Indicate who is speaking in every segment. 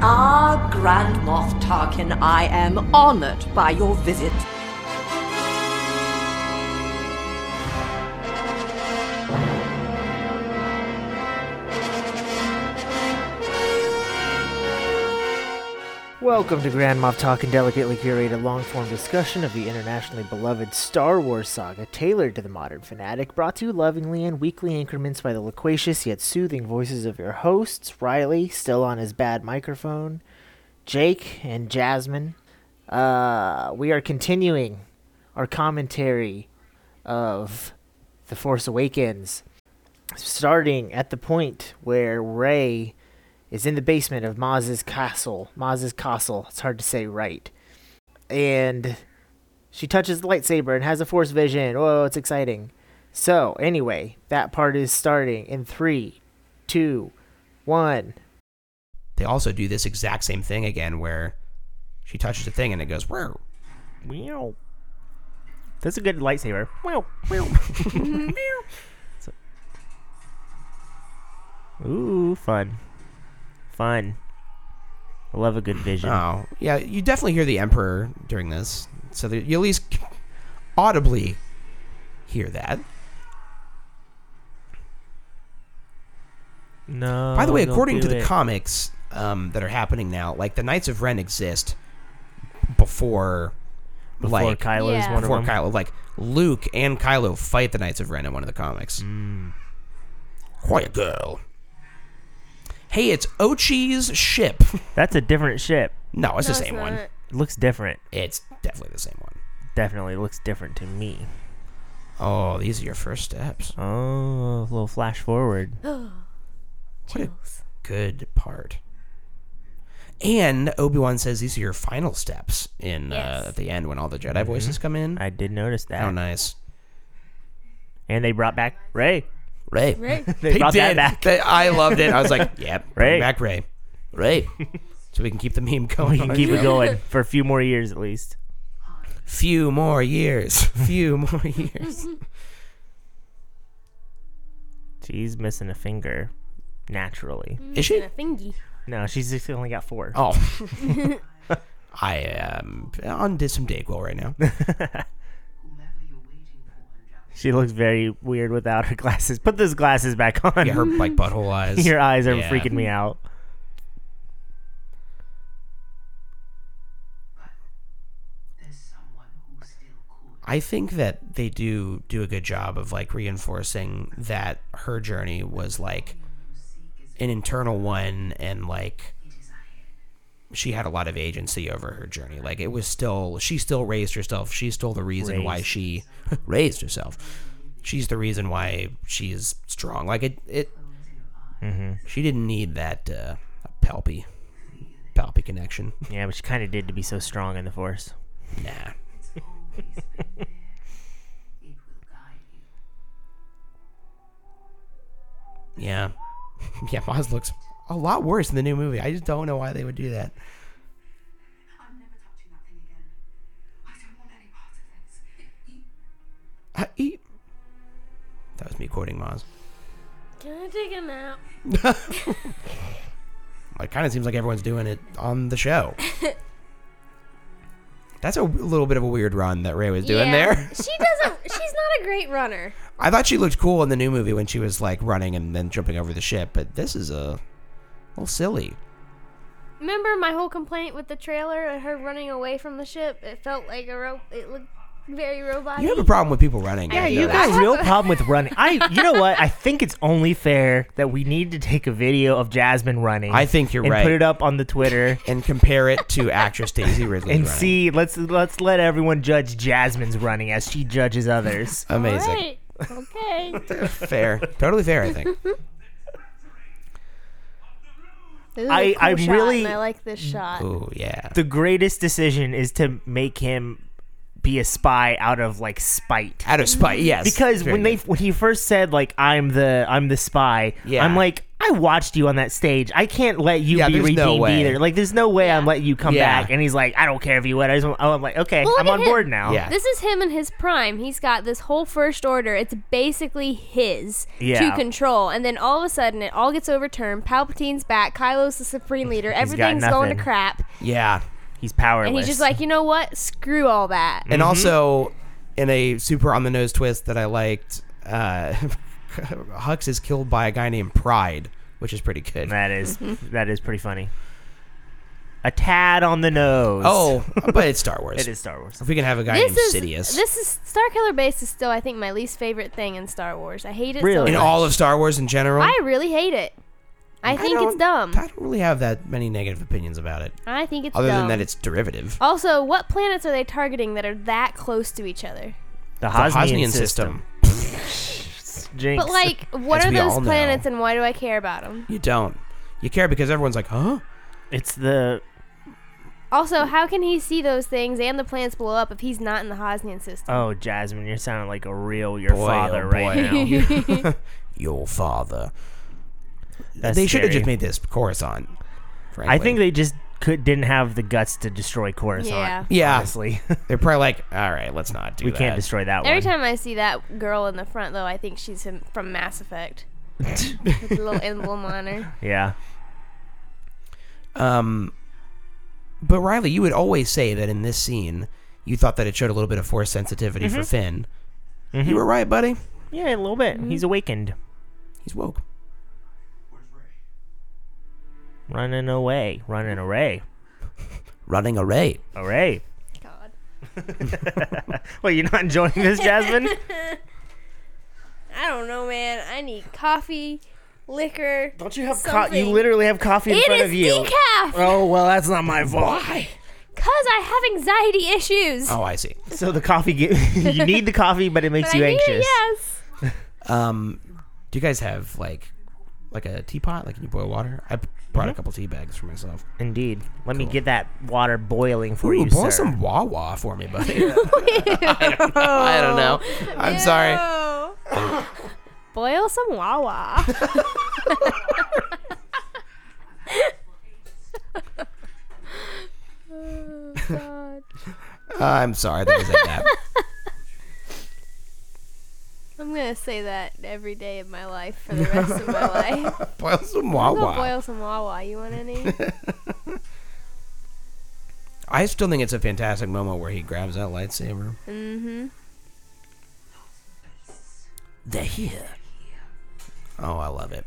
Speaker 1: Ah, Grand Moff Tarkin, I am honored by your visit.
Speaker 2: Welcome to Grand Moff Talking Delicately Curated Long Form Discussion of the internationally beloved Star Wars saga tailored to the modern fanatic, brought to you lovingly in weekly increments by the loquacious yet soothing voices of your hosts, Riley, still on his bad microphone, Jake, and Jasmine. Uh, we are continuing our commentary of The Force Awakens, starting at the point where Rey is in the basement of Maz's castle. Maz's castle. It's hard to say right. And she touches the lightsaber and has a force vision. Whoa, it's exciting. So, anyway, that part is starting in three, two, one.
Speaker 3: They also do this exact same thing again where she touches a thing and it goes, wow.
Speaker 2: Meow. That's a good lightsaber. Wow.
Speaker 4: Ooh, fun. Fun. I love a good vision.
Speaker 3: Oh, yeah. You definitely hear the Emperor during this. So that you at least audibly hear that.
Speaker 4: no.
Speaker 3: By the way,
Speaker 4: Oh, don't
Speaker 3: according
Speaker 4: do
Speaker 3: to the
Speaker 4: it.
Speaker 3: comics um, that are happening now, like the Knights of Ren exist before,
Speaker 4: before
Speaker 3: like,
Speaker 4: Kylo is
Speaker 5: Yeah.
Speaker 4: one
Speaker 3: before
Speaker 4: of them.
Speaker 3: Kylo. Like, Luke and Kylo fight the Knights of Ren in one of the comics.
Speaker 4: Hmm.
Speaker 3: Quiet girl. Hey, it's Ochi's ship.
Speaker 4: That's a different ship.
Speaker 3: no, it's
Speaker 5: No,
Speaker 3: the same
Speaker 5: not.
Speaker 3: one.
Speaker 4: It looks different.
Speaker 3: It's definitely the same one.
Speaker 4: Definitely looks different to me.
Speaker 3: Oh, these are your first steps.
Speaker 4: Oh, a little flash forward.
Speaker 3: What a good part. And Obi Wan says these are your final steps in
Speaker 5: Yes.
Speaker 3: uh, at the end when all the Jedi voices come in.
Speaker 4: Mm-hmm. I did notice that.
Speaker 3: How nice!
Speaker 4: And they brought back Ray.
Speaker 3: Ray,
Speaker 5: Right?
Speaker 4: They, brought that back.
Speaker 3: They- I loved it. I was like, "Yep,
Speaker 4: Ray.
Speaker 3: Ray, back Ray, Ray," so we can keep the meme going.
Speaker 4: You can keep it going for a few more years at least.
Speaker 3: Few more years. Few more years.
Speaker 4: She's missing a finger, naturally.
Speaker 3: Is she?
Speaker 5: A thingy.
Speaker 4: No, she's just only got four.
Speaker 3: Oh. I am on did some Dayquil right now.
Speaker 4: She looks very weird without her glasses. Put those glasses back on.
Speaker 3: Yeah, her like butthole eyes.
Speaker 4: Your eyes are
Speaker 3: Yeah.
Speaker 4: freaking me out.
Speaker 3: I think that they do do a good job of like reinforcing that her journey was like an internal one and like she had a lot of agency over her journey. Like it was still she still raised herself. She's still the reason why
Speaker 4: Raised.
Speaker 3: she raised herself. She's the reason why she's strong. Like it it she didn't need that uh palpy palpy connection.
Speaker 4: Yeah, but she kind of did to be so strong in the force.
Speaker 3: Nah. yeah. Yeah, Moz looks a lot worse in the new movie. I just don't know why they would do that. I eat. That was me quoting Moz.
Speaker 5: Can I take a nap?
Speaker 3: It kind of seems like everyone's doing it on the show. That's a little bit of a weird run that Ray was doing
Speaker 5: Yeah.
Speaker 3: there.
Speaker 5: she doesn't. She's not a great runner.
Speaker 3: I thought she looked cool in the new movie when she was like running and then jumping over the ship, but this is a little silly.
Speaker 5: Remember my whole complaint with the trailer and her running away from the ship? It felt like a rope. It looked very robotic.
Speaker 3: You have a problem with people running.
Speaker 5: Yeah,
Speaker 3: I
Speaker 5: you
Speaker 3: know that.
Speaker 4: got a real problem with running. I, you know what? I think it's only fair that we need to take a video of Jasmine running.
Speaker 3: I think you're
Speaker 4: and
Speaker 3: right.
Speaker 4: Put it up on the Twitter
Speaker 3: and compare it to actress Daisy Ridley
Speaker 4: and
Speaker 3: running.
Speaker 4: see. Let's let's let everyone judge Jasmine's running as she judges others.
Speaker 3: Amazing.
Speaker 5: Okay.
Speaker 3: Fair. Totally fair, I think.
Speaker 5: I
Speaker 4: I- I really-
Speaker 5: I like this shot.
Speaker 3: Ooh, yeah.
Speaker 4: The greatest decision is to make him be a spy out of like spite.
Speaker 3: Out of spite, yes.
Speaker 4: because
Speaker 3: Very
Speaker 4: when they
Speaker 3: good.
Speaker 4: when he first said like I'm the I'm the spy,
Speaker 3: Yeah.
Speaker 4: I'm like I watched you on that stage. I can't let you
Speaker 3: Yeah,
Speaker 4: be
Speaker 3: there's
Speaker 4: redeemed
Speaker 3: no way.
Speaker 4: either. Like, there's no way I'm letting you come
Speaker 3: Yeah.
Speaker 4: back. And he's like, I don't care if you win. I just want, oh, I'm like, okay,
Speaker 5: Well,
Speaker 4: I'm
Speaker 5: look
Speaker 4: on
Speaker 5: at
Speaker 4: board
Speaker 5: him.
Speaker 4: now.
Speaker 3: Yeah.
Speaker 5: This is him in his prime. He's got this whole first order. It's basically his
Speaker 4: Yeah.
Speaker 5: to control. And then all of a sudden, it all gets overturned. Palpatine's back. Kylo's the supreme leader. Everything's going to
Speaker 4: nothing.
Speaker 5: crap.
Speaker 3: Yeah.
Speaker 4: He's powerless.
Speaker 5: And he's just like, you know what? Screw all that.
Speaker 3: And
Speaker 4: Mm-hmm.
Speaker 3: also, in a super on the nose twist that I liked, uh, Hux is killed by a guy named Pride, which is pretty good.
Speaker 4: that is
Speaker 5: mm-hmm.
Speaker 4: that is pretty funny. A tad on the nose.
Speaker 3: Oh, but it's Star Wars.
Speaker 4: it is Star Wars.
Speaker 3: If we can have a guy
Speaker 5: This is
Speaker 3: named Sidious.
Speaker 5: this is Starkiller Base is still I think my least favorite thing in Star Wars. I hate it.
Speaker 4: Really?
Speaker 5: So
Speaker 3: in
Speaker 5: much.
Speaker 3: all of Star Wars in general,
Speaker 5: I really hate it. I think it's
Speaker 3: don't-
Speaker 5: dumb.
Speaker 3: I don't really have that many negative opinions about it,
Speaker 5: I think it's
Speaker 3: other
Speaker 5: dumb.
Speaker 3: than that it's derivative.
Speaker 5: also, what planets are they targeting that are that close to each other?
Speaker 4: The
Speaker 3: the
Speaker 4: Hosnian,
Speaker 3: Hosnian
Speaker 4: system.
Speaker 3: system.
Speaker 4: Jinx.
Speaker 5: But like, what
Speaker 3: As
Speaker 5: are
Speaker 3: we
Speaker 5: those
Speaker 3: all know.
Speaker 5: planets, and why do I care about them?
Speaker 3: You don't. You care because everyone's like, huh?
Speaker 4: it's the
Speaker 5: Also, how can he see those things and the planets blow up if he's not in the Hosnian system?
Speaker 4: oh Jasmine, you're sounding like a real your
Speaker 3: Boy,
Speaker 4: father
Speaker 3: oh,
Speaker 4: right now.
Speaker 3: boy. Your father.
Speaker 4: oh. That's
Speaker 3: they should have
Speaker 4: scary.
Speaker 3: just made this Coruscant. Frankly.
Speaker 4: I think they just could didn't have the guts to destroy Coruscant.
Speaker 5: Yeah.
Speaker 3: Yeah.
Speaker 4: Honestly,
Speaker 3: They're probably like, all right, let's not do
Speaker 4: we
Speaker 3: that.
Speaker 4: can't destroy that
Speaker 5: Every
Speaker 4: one.
Speaker 5: time I see that girl in the front, though, I think she's him from Mass Effect. With the little emblem on her.
Speaker 4: yeah.
Speaker 3: Um, but Riley, you would always say that in this scene, you thought that it showed a little bit of force sensitivity
Speaker 4: Mm-hmm.
Speaker 3: for Finn. You were right, buddy.
Speaker 4: Yeah, a little bit.
Speaker 5: Mm-hmm.
Speaker 4: He's awakened,
Speaker 3: He's woke.
Speaker 4: running away, running array,
Speaker 3: Running array.
Speaker 4: array.
Speaker 5: God.
Speaker 4: Well, you're not enjoying this, Jasmine?
Speaker 5: I don't know, man. I need coffee, liquor.
Speaker 4: Don't you have
Speaker 5: co- you
Speaker 4: coffee? You
Speaker 5: Something.
Speaker 4: literally have coffee in
Speaker 5: It
Speaker 4: front
Speaker 5: is
Speaker 4: of you.
Speaker 5: decaf!
Speaker 4: Oh well, that's not my fault.
Speaker 5: Because I have anxiety issues.
Speaker 3: Oh, I see.
Speaker 4: So the coffee, ge- you need the coffee, but it makes
Speaker 5: But
Speaker 4: you
Speaker 5: I need it,
Speaker 4: anxious.
Speaker 5: yes.
Speaker 3: Um, do you guys have like, like a teapot? Like, can you boil water? I brought
Speaker 4: Mm-hmm.
Speaker 3: a couple tea bags for myself.
Speaker 4: Indeed. Let me
Speaker 3: Cool.
Speaker 4: get that water boiling for
Speaker 3: Ooh,
Speaker 4: you,
Speaker 3: boil
Speaker 4: sir.
Speaker 3: some Wawa for me, buddy. I don't know. I'm sorry. Uh,
Speaker 5: Ew. Boil some Wawa. oh, God.
Speaker 3: I'm sorry that I said that.
Speaker 5: I'm gonna say that every day of my life for the rest of my life.
Speaker 3: boil some
Speaker 5: I'm gonna
Speaker 3: Wawa.
Speaker 5: boil some Wawa. You want any?
Speaker 3: I still think it's a fantastic moment where he grabs that lightsaber. Mm-hmm. They're here. Oh, I love it.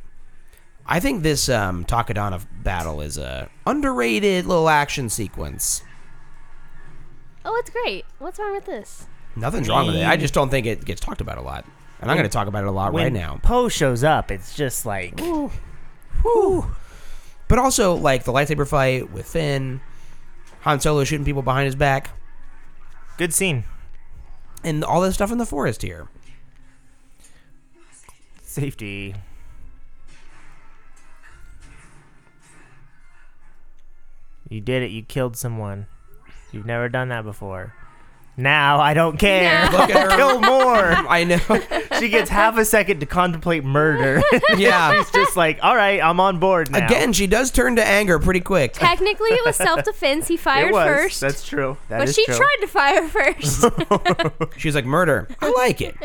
Speaker 3: I think this um, Takadana battle is a underrated little action sequence.
Speaker 5: oh, it's great. What's wrong with this?
Speaker 3: Nothing's wrong with it. I just don't think it gets talked about a lot, and I'm going to talk about it a lot
Speaker 4: When
Speaker 3: right now.
Speaker 4: Poe shows up, it's just like
Speaker 3: Whew. But also, like the lightsaber fight with Finn, Han Solo shooting people behind his back,
Speaker 4: good scene.
Speaker 3: and all this stuff in the forest here.
Speaker 4: Safety. You did it. You killed someone. You've never done that before. Now I don't care.
Speaker 3: Look at her.
Speaker 4: Kill more.
Speaker 3: I know.
Speaker 4: she gets half a second to contemplate murder.
Speaker 3: Yeah.
Speaker 4: It's just like, all right, I'm on board now.
Speaker 3: Again, she does turn to anger pretty quick.
Speaker 5: Technically, it was self-defense. He fired
Speaker 4: it was.
Speaker 5: first,
Speaker 4: That's true. That
Speaker 5: but
Speaker 4: is
Speaker 5: she
Speaker 4: true.
Speaker 5: tried to fire first.
Speaker 3: She's like, murder. I like it.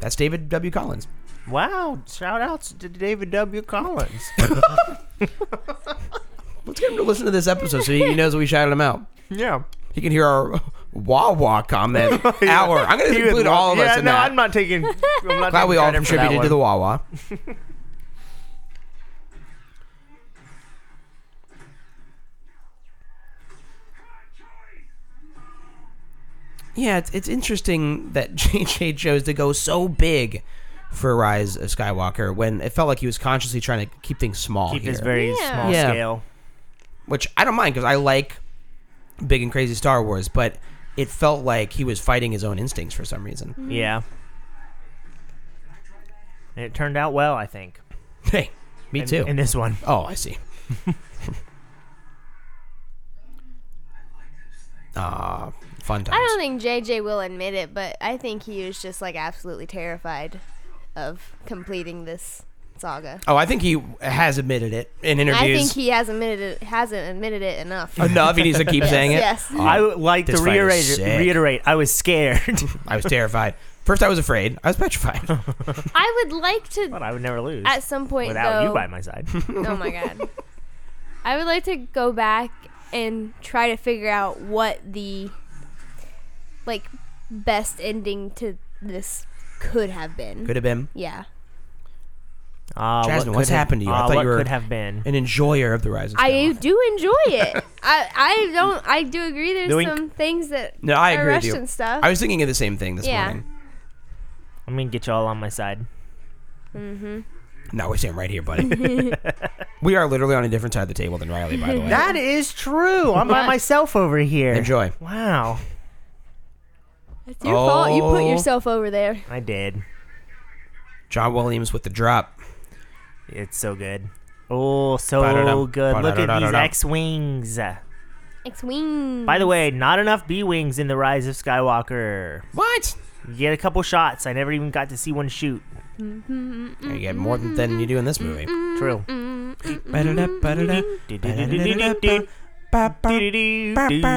Speaker 3: That's David W. Collins.
Speaker 4: Wow! Shout outs to David W. Collins.
Speaker 3: Let's get him to listen to this episode so he knows that we shouted him out.
Speaker 4: yeah.
Speaker 3: He can hear our wah wah comment hour. I'm going to include all of
Speaker 4: yeah,
Speaker 3: us in
Speaker 4: no,
Speaker 3: that.
Speaker 4: I'm not taking. I'm
Speaker 3: Glad
Speaker 4: not taking
Speaker 3: we all
Speaker 4: credit for that
Speaker 3: contributed to
Speaker 4: one.
Speaker 3: the Wawa. yeah, it's, it's interesting that JJ chose to go so big for Rise of Skywalker when it felt like he was consciously trying to keep things small
Speaker 4: Keep
Speaker 3: here,
Speaker 4: this very
Speaker 5: Yeah.
Speaker 4: small
Speaker 3: Yeah.
Speaker 4: scale.
Speaker 3: which I don't mind because I like big and crazy Star Wars, but it felt like he was fighting his own instincts for some reason.
Speaker 4: Yeah. And it turned out well, I think.
Speaker 3: Hey, me
Speaker 4: In-
Speaker 3: too.
Speaker 4: In this one.
Speaker 3: Oh, I see. Ah, fun times.
Speaker 5: I don't think JJ will admit it, but I think he was just like absolutely terrified of completing this saga.
Speaker 3: Oh, I think he has admitted it in interviews.
Speaker 5: I think he has admitted it, hasn't admitted it enough.
Speaker 3: enough. He needs to keep saying it. Oh,
Speaker 5: Yes.
Speaker 4: I would like
Speaker 3: This
Speaker 4: to
Speaker 3: fight
Speaker 4: reiterate.
Speaker 3: is sick.
Speaker 4: Reiterate. I was scared.
Speaker 3: I was terrified. First, I was afraid. I was petrified.
Speaker 5: I would like to
Speaker 4: but I would never lose
Speaker 5: at some point
Speaker 4: without
Speaker 5: though.
Speaker 4: you by my side. Uh,
Speaker 5: oh my god. I would like to go back and try to figure out what the like best ending to this could have been.
Speaker 3: Could have been
Speaker 5: Yeah.
Speaker 4: Ah, what
Speaker 3: Jasmine, what's
Speaker 4: could have-
Speaker 3: happened to you? I
Speaker 4: ah,
Speaker 3: thought
Speaker 4: what
Speaker 3: you were-
Speaker 4: could have been.
Speaker 3: an enjoyer of the Rise of
Speaker 5: I
Speaker 3: Skywalker.
Speaker 5: do enjoy it. I I don't. I do agree. There's
Speaker 4: Doink.
Speaker 5: some things that
Speaker 3: No, I
Speaker 5: are
Speaker 3: agree with
Speaker 5: rushed
Speaker 3: you.
Speaker 5: and stuff.
Speaker 3: I was thinking of the same thing this
Speaker 5: Yeah.
Speaker 3: morning.
Speaker 4: I'm gonna get you all on my side.
Speaker 3: No, we're sitting right here, buddy. we are literally on a different side of the table than Riley, by the way.
Speaker 4: That is true. I'm by myself over here.
Speaker 3: Enjoy.
Speaker 4: Wow,
Speaker 5: it's your fault. You put
Speaker 3: Oh.
Speaker 5: yourself over there.
Speaker 4: I did.
Speaker 3: John Williams with the drop.
Speaker 4: It's so good. Oh, so
Speaker 3: Ba-da-dum,
Speaker 4: good. Look at these
Speaker 3: ba-da-da-da-da.
Speaker 4: X wings.
Speaker 5: X-wing.
Speaker 4: By the way, not enough B wings in the Rise of Skywalker.
Speaker 3: What?
Speaker 4: You get a couple shots. I never even got to see one shoot.
Speaker 3: You get more than, than you do in this movie.
Speaker 4: True.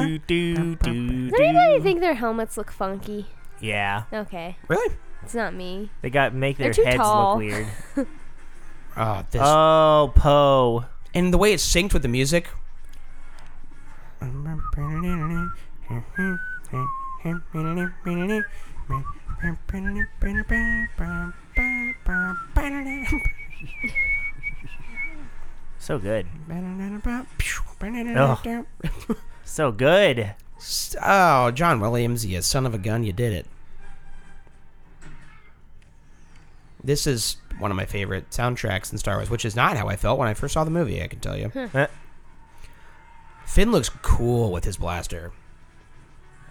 Speaker 5: Does anybody think their helmets look funky?
Speaker 4: Yeah,
Speaker 5: Okay,
Speaker 3: Really?
Speaker 5: it's not me.
Speaker 4: they got make their
Speaker 5: They're too
Speaker 4: heads
Speaker 5: tall.
Speaker 4: look weird.
Speaker 3: Oh, this.
Speaker 4: Oh, Poe.
Speaker 3: and the way it's synced with the music.
Speaker 4: So good. So good.
Speaker 3: S- Oh, John Williams, you son of a gun, you did it. This is one of my favorite soundtracks in Star Wars, which is not how I felt when I first saw the movie, I can tell you.
Speaker 4: Huh.
Speaker 3: Finn looks cool with his blaster.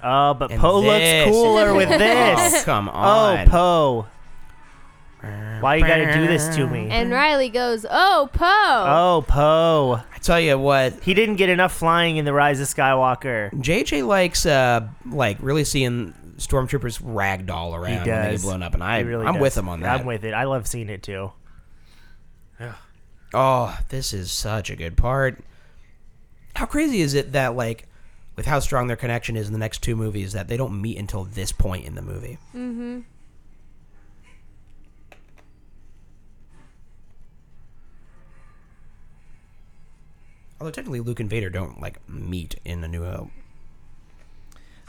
Speaker 4: Oh, but
Speaker 3: And
Speaker 4: Poe
Speaker 3: this
Speaker 4: looks
Speaker 3: is
Speaker 4: cooler with
Speaker 3: cool.
Speaker 4: this.
Speaker 3: Oh, come
Speaker 4: Oh,
Speaker 3: on.
Speaker 4: Poe. Why you gotta do this to
Speaker 3: Mm-hmm.
Speaker 4: me?
Speaker 5: And Riley goes, "Oh, Poe."
Speaker 4: Oh, Poe.
Speaker 3: I tell you what,
Speaker 4: He didn't get enough flying in The Rise of Skywalker.
Speaker 3: JJ likes uh like really seeing stormtroopers ragdoll around when they get
Speaker 4: does.
Speaker 3: blown up, and I
Speaker 4: He really
Speaker 3: I'm
Speaker 4: does.
Speaker 3: with him on that.
Speaker 4: I'm with it. I love seeing it too.
Speaker 3: Oh, this is such a good part. How crazy is it that like with how strong their connection is in the next two movies that they don't meet until this point in the movie? Mm-hmm. Although technically Luke and Vader don't like meet in a new hope.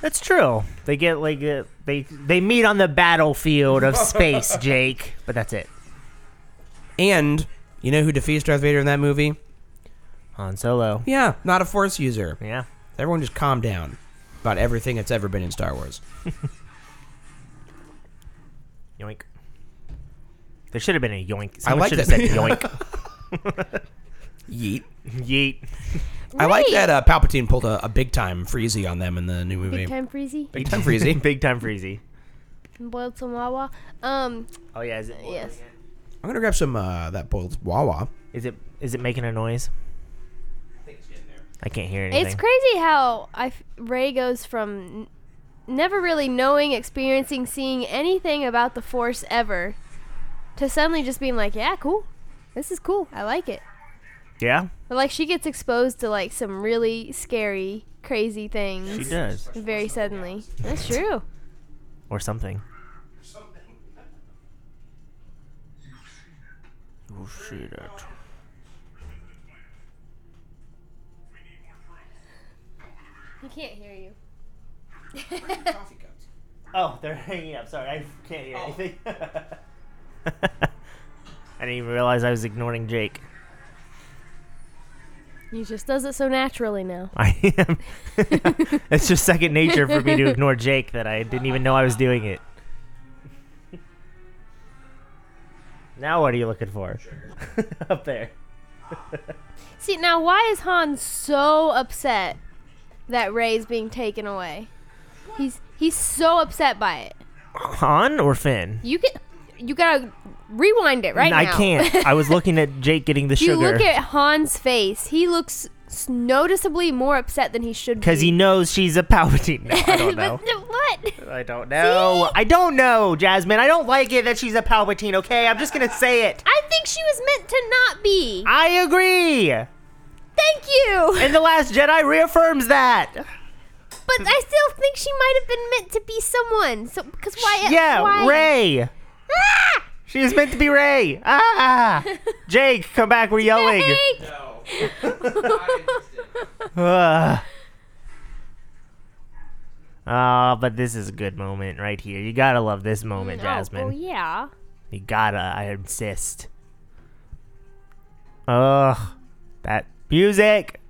Speaker 4: That's true. They get like uh, they they meet on the battlefield of space, Jake. But that's it.
Speaker 3: And you know who defeats Darth Vader in that movie?
Speaker 4: Han Solo.
Speaker 3: Yeah, not a force user.
Speaker 4: Yeah.
Speaker 3: Everyone just calm down about everything that's ever been in Star Wars.
Speaker 4: Yoink. There should have been a yoink.
Speaker 3: I
Speaker 4: Someone
Speaker 3: like
Speaker 4: should have
Speaker 3: that-
Speaker 4: said yoink.
Speaker 3: Yeet.
Speaker 4: Yeet.
Speaker 3: I like
Speaker 5: Right.
Speaker 3: that uh, Palpatine pulled a, a big time Freezy on them in the new movie.
Speaker 5: Big time breezy.
Speaker 3: Big time Freezy.
Speaker 4: Big time freezy.
Speaker 5: Boiled some Wawa. Um,
Speaker 4: Oh yeah. Is it,
Speaker 5: yes.
Speaker 3: I'm gonna grab some uh, that boiled Wawa.
Speaker 4: is it is it making a noise? I can't hear anything.
Speaker 5: It's crazy how I f- Ray goes from n- never really knowing, experiencing, seeing anything about the Force ever, to suddenly just being like, "Yeah, cool. This is cool. I like it."
Speaker 4: yeah.
Speaker 5: But like, she gets exposed to like some really scary, crazy
Speaker 4: She
Speaker 5: things
Speaker 4: does.
Speaker 5: very suddenly. That's true.
Speaker 4: Or something. Oh shit.
Speaker 5: I can't hear you.
Speaker 4: Oh, they're hanging up. Sorry, I can't
Speaker 5: Oh.
Speaker 4: hear anything. I didn't even realize I was ignoring Jake.
Speaker 5: He just does it so naturally now.
Speaker 4: I am. it's just second nature for me to ignore Jake that I didn't even know I was doing it. Now what are you looking for? Up there.
Speaker 5: See, now why is Han so upset that Ray's being taken away? He's he's so upset by it.
Speaker 4: Han or Finn?
Speaker 5: You get you gotta rewind it right
Speaker 4: I
Speaker 5: now.
Speaker 4: can't. I was looking at Jake getting the
Speaker 5: If you
Speaker 4: sugar
Speaker 5: look at Han's face. He looks s- noticeably more upset than he should be.
Speaker 4: because he knows she's a Palpatine. No, I don't
Speaker 5: but
Speaker 4: know.
Speaker 5: th- what? what?
Speaker 4: I don't know. I don't know, Jasmine. I don't like it that she's a Palpatine, okay? I'm just going to say it.
Speaker 5: I think she was meant to not be.
Speaker 4: I agree.
Speaker 5: Thank you.
Speaker 4: And The Last Jedi reaffirms that.
Speaker 5: But I still think she might have been meant to be someone. So because why?
Speaker 4: Yeah,
Speaker 5: Eh, why?
Speaker 4: Ray.
Speaker 5: Ah!
Speaker 4: She is meant to be Ray. Ah! Jake, come back. We're yelling.
Speaker 5: Hey!
Speaker 3: No.
Speaker 4: Ugh. Ah, but this is a good moment right here. You gotta love this moment, Jasmine.
Speaker 5: Oh, well, yeah.
Speaker 4: You gotta, I insist. Ugh, that music.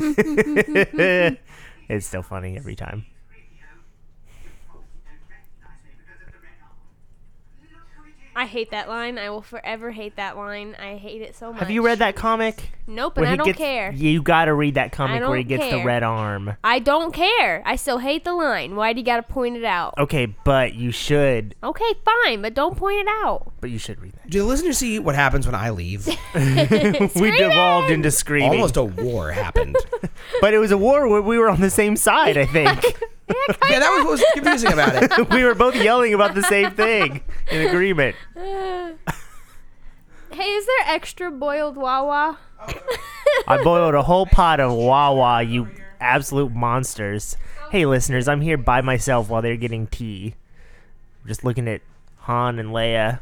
Speaker 4: it's still funny every time.
Speaker 5: I hate that line. I will forever hate that line. I hate it so much.
Speaker 4: Have you read that comic?
Speaker 5: Nope, and
Speaker 4: Where
Speaker 5: I
Speaker 4: he
Speaker 5: don't
Speaker 4: gets-
Speaker 5: care.
Speaker 4: You gotta read that comic where he
Speaker 5: don't
Speaker 4: gets the
Speaker 5: care.
Speaker 4: red arm.
Speaker 5: I don't care. I still hate the line. Why do you gotta point it out?
Speaker 4: Okay, but you should,
Speaker 5: Okay, fine, but don't point it out.
Speaker 4: but you should read that.
Speaker 3: Do the listeners see what happens when I leave?
Speaker 4: we devolved into screaming.
Speaker 3: Almost a war happened.
Speaker 4: But it was a war where we were on the same side, I think.
Speaker 3: yeah, that was what was confusing about it.
Speaker 4: we were both yelling about the same thing in agreement.
Speaker 5: Hey, is there extra boiled Wawa?
Speaker 4: I boiled a whole pot of Wawa, you absolute monsters. Hey, listeners, I'm here by myself while they're getting tea. Just looking at Han and Leia.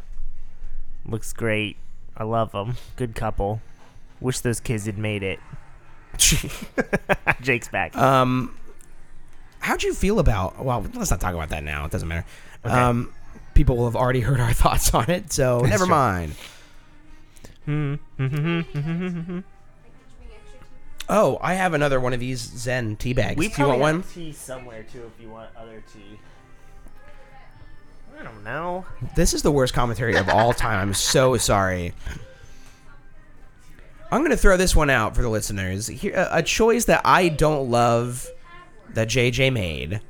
Speaker 4: Looks great. I love them. Good couple. Wish those kids had made it. Jake's back.
Speaker 3: Um, how'd you feel about? Well, let's not talk about that now. It doesn't matter. Um, people will have already heard our thoughts on it, so never
Speaker 4: true.
Speaker 3: mind. oh, I have another one of these Zen tea bags. Do you want one?
Speaker 4: tea somewhere too if you want other tea. I don't know.
Speaker 3: This is the worst commentary of all time. I'm so sorry. I'm going to throw this one out for the listeners. Here, a, a choice that I don't love that JJ made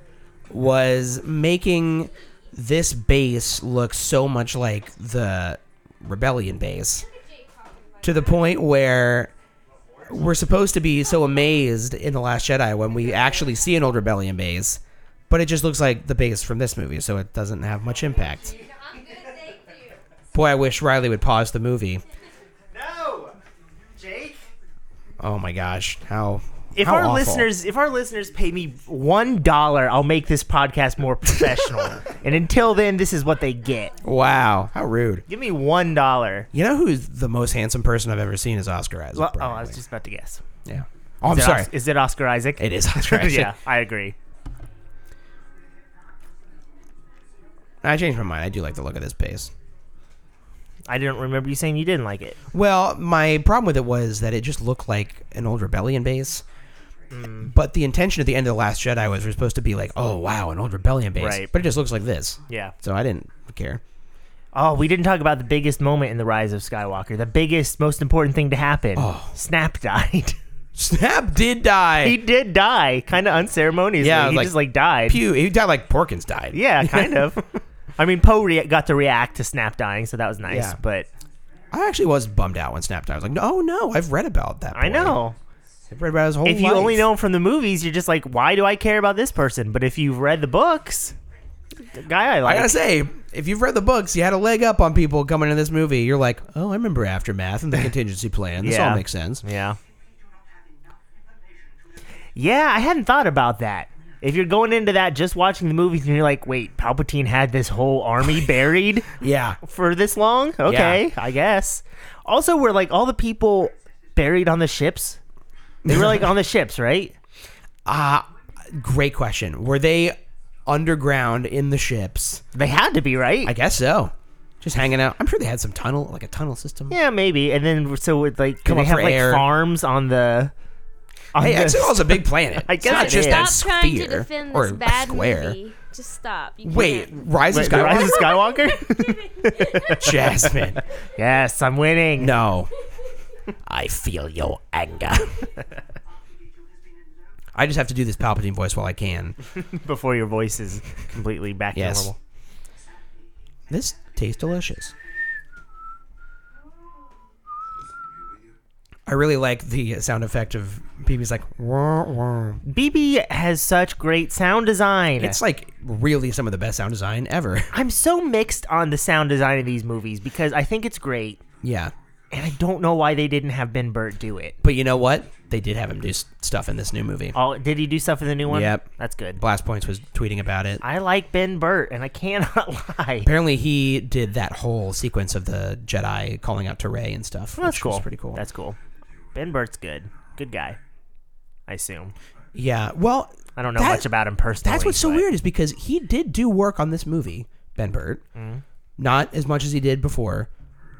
Speaker 3: was making this base look so much like the Rebellion base to the point where we're supposed to be so amazed in The Last Jedi when we actually see an old Rebellion base, but it just looks like the base from this movie, so it doesn't have much impact. Boy, I wish Riley would pause the movie.
Speaker 4: No! Jake?
Speaker 3: Oh my gosh, how
Speaker 4: If
Speaker 3: how
Speaker 4: our
Speaker 3: awful.
Speaker 4: listeners, if our listeners pay me one dollar, I'll make this podcast more professional. and until then, this is what they get.
Speaker 3: wow, how rude.
Speaker 4: Give me one dollar.
Speaker 3: You know who's the most handsome person I've ever seen is Oscar Isaac.
Speaker 4: Well, oh,
Speaker 3: probably.
Speaker 4: I was just about to guess.
Speaker 3: yeah. Oh, I'm
Speaker 4: Is it
Speaker 3: sorry.
Speaker 4: Os- is it Oscar Isaac?
Speaker 3: it is Oscar Isaac.
Speaker 4: yeah, I agree.
Speaker 3: I changed my mind. I do like the look of this base.
Speaker 4: I didn't remember you saying you didn't like it.
Speaker 3: Well, my problem with it was that it just looked like an old Rebellion base.
Speaker 4: Mm.
Speaker 3: But the intention at the end of the Last Jedi was we're supposed to be like, oh wow, an old Rebellion base.
Speaker 4: Right.
Speaker 3: But it just looks like this.
Speaker 4: Yeah.
Speaker 3: So I didn't care.
Speaker 4: Oh, we didn't talk about the biggest moment in the rise of Skywalker. The biggest, most important thing to happen.
Speaker 3: Oh.
Speaker 4: Snap died.
Speaker 3: Snap did die.
Speaker 4: he did die, kind of unceremoniously.
Speaker 3: Yeah, it was
Speaker 4: he
Speaker 3: like,
Speaker 4: just like died.
Speaker 3: Pew. He died like Porkins died.
Speaker 4: Yeah, kind of. I mean, Poe rea- got to react to Snap dying, so that was nice.
Speaker 3: Yeah.
Speaker 4: But
Speaker 3: I actually was bummed out when Snap died. I was like, no, no, I've read about that.
Speaker 4: I
Speaker 3: boy.
Speaker 4: know
Speaker 3: I've read about his whole
Speaker 4: if you
Speaker 3: life.
Speaker 4: only know him from the movies, you're just like, why do I care about this person? But if you've read the books, the guy I
Speaker 3: I
Speaker 4: like.
Speaker 3: gotta say, if you've read the books, you had a leg up on people coming into this movie. You're like, oh, I remember Aftermath and the contingency plan. This
Speaker 4: Yeah.
Speaker 3: all makes sense.
Speaker 4: yeah. Yeah, I hadn't thought about that. If you're going into that just watching the movies and you're like, wait, Palpatine had this whole army buried.
Speaker 3: Yeah.
Speaker 4: for this long? Okay, I guess. Also, were like all the people buried on the ships? They were like on the ships, right?
Speaker 3: Great question. Were they underground in the ships?
Speaker 4: They had to be, right?
Speaker 3: I guess so. Just hanging out. I'm sure they had some tunnel, like a tunnel system.
Speaker 4: yeah, maybe. And then so it like do
Speaker 3: Come
Speaker 4: they
Speaker 3: up
Speaker 4: have
Speaker 3: for
Speaker 4: like
Speaker 3: air.
Speaker 4: farms on the. On
Speaker 3: Hey,
Speaker 4: the-
Speaker 3: Exegol's a big planet.
Speaker 4: I guess
Speaker 3: it's not
Speaker 4: it
Speaker 3: just
Speaker 4: is.
Speaker 3: that
Speaker 5: Stop trying to
Speaker 3: sphere
Speaker 5: defend
Speaker 3: or
Speaker 5: this bad
Speaker 3: square.
Speaker 5: movie. Just stop. You
Speaker 3: Wait,
Speaker 5: can't.
Speaker 3: Rise of
Speaker 4: Wait, the Rise of
Speaker 3: Skywalker?
Speaker 4: Skywalker?
Speaker 3: Jasmine.
Speaker 4: yes, I'm winning.
Speaker 3: No. I feel your anger. I just have to do this Palpatine voice while I can.
Speaker 4: Before your voice is completely back to
Speaker 3: Yes.
Speaker 4: normal.
Speaker 3: This tastes delicious. I really like the sound effect of BB's like, wah, wah.
Speaker 4: BB has such great sound design.
Speaker 3: it's like really some of the best sound design ever.
Speaker 4: I'm so mixed on the sound design of these movies because I think it's great,
Speaker 3: yeah.
Speaker 4: and I don't know why they didn't have Ben Burt do it.
Speaker 3: But you know what? They did have him do s- stuff in this new movie.
Speaker 4: Oh, did he do stuff in the new one?
Speaker 3: Yep.
Speaker 4: that's good.
Speaker 3: Blast Points was tweeting about it.
Speaker 4: I like Ben Burt, and I cannot lie.
Speaker 3: Apparently, he did that whole sequence of the Jedi calling out to Rey and stuff.
Speaker 4: That's
Speaker 3: which
Speaker 4: cool.
Speaker 3: Was pretty cool.
Speaker 4: That's cool. Ben Burt's good. Good guy. I assume.
Speaker 3: yeah. Well,
Speaker 4: I don't know
Speaker 3: that-
Speaker 4: much about him personally.
Speaker 3: That's what's so
Speaker 4: but-
Speaker 3: weird is because he did do work on this movie, Ben Burt,
Speaker 4: Mm.
Speaker 3: not as much as he did before,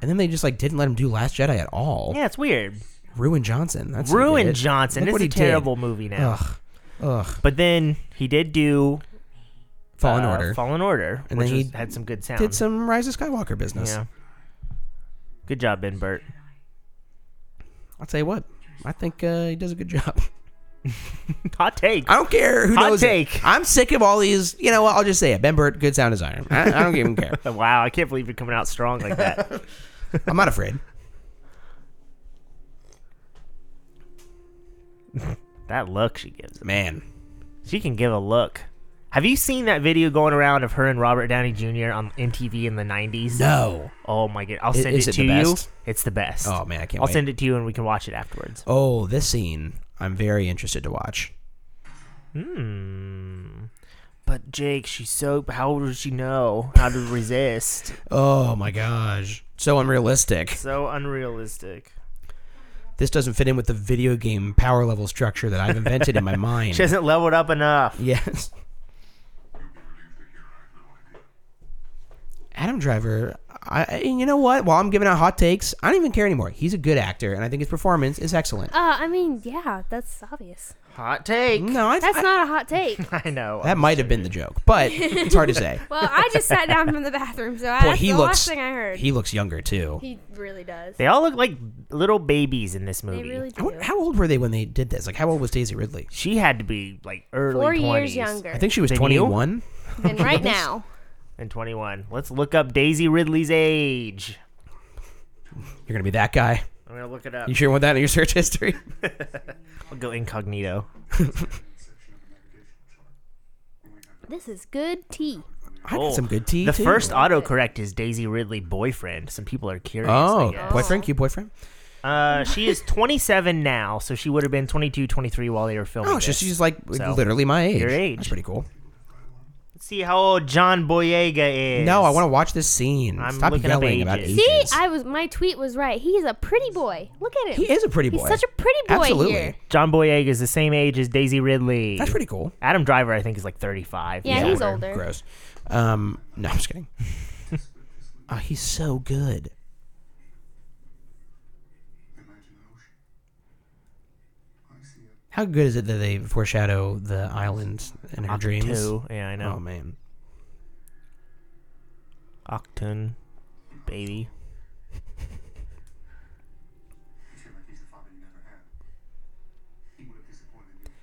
Speaker 3: and then they just like didn't let him do Last Jedi at all.
Speaker 4: Yeah, it's weird.
Speaker 3: Ruin Johnson. That's who did
Speaker 4: Ruin
Speaker 3: it.
Speaker 4: Johnson.
Speaker 3: Look
Speaker 4: It's
Speaker 3: what
Speaker 4: a
Speaker 3: he did.
Speaker 4: terrible movie now.
Speaker 3: Ugh. Ugh.
Speaker 4: But then he did do
Speaker 3: Fallen
Speaker 4: uh,
Speaker 3: Order.
Speaker 4: Fallen Order,
Speaker 3: And
Speaker 4: which
Speaker 3: then he
Speaker 4: was- had some good sound.
Speaker 3: did some Rise of Skywalker business.
Speaker 4: yeah. Good job, Ben Burt.
Speaker 3: I'll tell you what. I think uh, he does a good job.
Speaker 4: Hot take.
Speaker 3: I don't care who
Speaker 4: Hot
Speaker 3: knows. it.
Speaker 4: take.
Speaker 3: I'm sick of all these. You know what? I'll just say it. Ben Burt, good sound designer. I, I don't even care.
Speaker 4: Oh, Wow, I can't believe you're coming out strong like that.
Speaker 3: I'm not afraid.
Speaker 4: that look she gives. him.
Speaker 3: Man,
Speaker 4: She can give a look. Have you seen that video going around of her and Robert Downey Jr. on MTV in the 90s?
Speaker 3: no.
Speaker 4: Oh my god! I'll
Speaker 3: I-
Speaker 4: send
Speaker 3: is it
Speaker 4: it, to
Speaker 3: the
Speaker 4: you.
Speaker 3: best?
Speaker 4: It's the best.
Speaker 3: Oh man, I can't
Speaker 4: I'll
Speaker 3: wait.
Speaker 4: send it to you and we can watch it afterwards.
Speaker 3: oh, this scene. I'm very interested to watch.
Speaker 4: But Jake, she's so. How does she know how to resist?
Speaker 3: Oh my gosh. So unrealistic.
Speaker 4: so unrealistic.
Speaker 3: This doesn't fit in with the video game power level structure that I've invented in my mind.
Speaker 4: She hasn't leveled up enough.
Speaker 3: yes. Adam Driver, I I- you know what? While I'm giving out hot takes, I don't even care anymore. He's a good actor, and I think his performance is excellent.
Speaker 5: Uh, I mean, yeah, that's obvious.
Speaker 4: Hot take.
Speaker 3: No, I,
Speaker 5: That's
Speaker 3: I-
Speaker 5: not a hot take.
Speaker 4: I know.
Speaker 3: Mm. that might have been the joke, but it's hard to say.
Speaker 5: well, I just sat down from the bathroom, so
Speaker 3: Boy,
Speaker 5: that's
Speaker 3: he
Speaker 5: the
Speaker 3: looks
Speaker 5: last thing I heard.
Speaker 3: he looks younger too.
Speaker 5: He really does.
Speaker 4: they all look like little babies in this
Speaker 5: They
Speaker 4: movie.
Speaker 5: really
Speaker 3: I
Speaker 5: do.
Speaker 3: wonder- how old were they when they did this? Like, how old was Daisy Ridley?
Speaker 4: she had to be like early
Speaker 5: Four
Speaker 4: 20s
Speaker 5: years younger
Speaker 3: I think she was
Speaker 4: Than you?
Speaker 3: 21.
Speaker 5: than right now.
Speaker 4: and 21. Let's look up Daisy Ridley's age.
Speaker 3: You're gonna be that guy.
Speaker 4: I'm gonna look it up.
Speaker 3: You sure want that in your search history?
Speaker 4: I'll go incognito.
Speaker 5: This is good tea.
Speaker 3: I got some good tea.
Speaker 4: The
Speaker 3: too.
Speaker 4: first autocorrect is Daisy Ridley boyfriend. Some people are curious. I
Speaker 3: Oh,
Speaker 4: guess.
Speaker 3: boyfriend, cute boyfriend.
Speaker 4: Uh, she is 27 now, so she would have been 22, 23 while they were filming.
Speaker 3: Oh, so
Speaker 4: this.
Speaker 3: she's like
Speaker 4: So,
Speaker 3: literally my age.
Speaker 4: your age.
Speaker 3: That's pretty cool.
Speaker 4: Let's see how old John Boyega is.
Speaker 3: No, I want to watch this scene.
Speaker 4: I'm
Speaker 3: Stop
Speaker 4: looking up
Speaker 3: yelling about
Speaker 4: ages.
Speaker 3: ages.
Speaker 5: See, I was my tweet was right. He's a pretty boy. Look at him.
Speaker 3: he is a pretty boy.
Speaker 5: He's such a pretty boy
Speaker 3: Absolutely.
Speaker 5: here.
Speaker 4: John Boyega is the same age as Daisy Ridley.
Speaker 3: That's pretty cool.
Speaker 4: Adam Driver, I think, is like 35.
Speaker 5: Yeah, he's older.
Speaker 3: Gross. Um, no, I'm just kidding. oh, he's so good. How good is it that they foreshadow the island in her dreams?
Speaker 4: Two. Yeah, I know.
Speaker 3: Oh man.
Speaker 4: Octon, baby.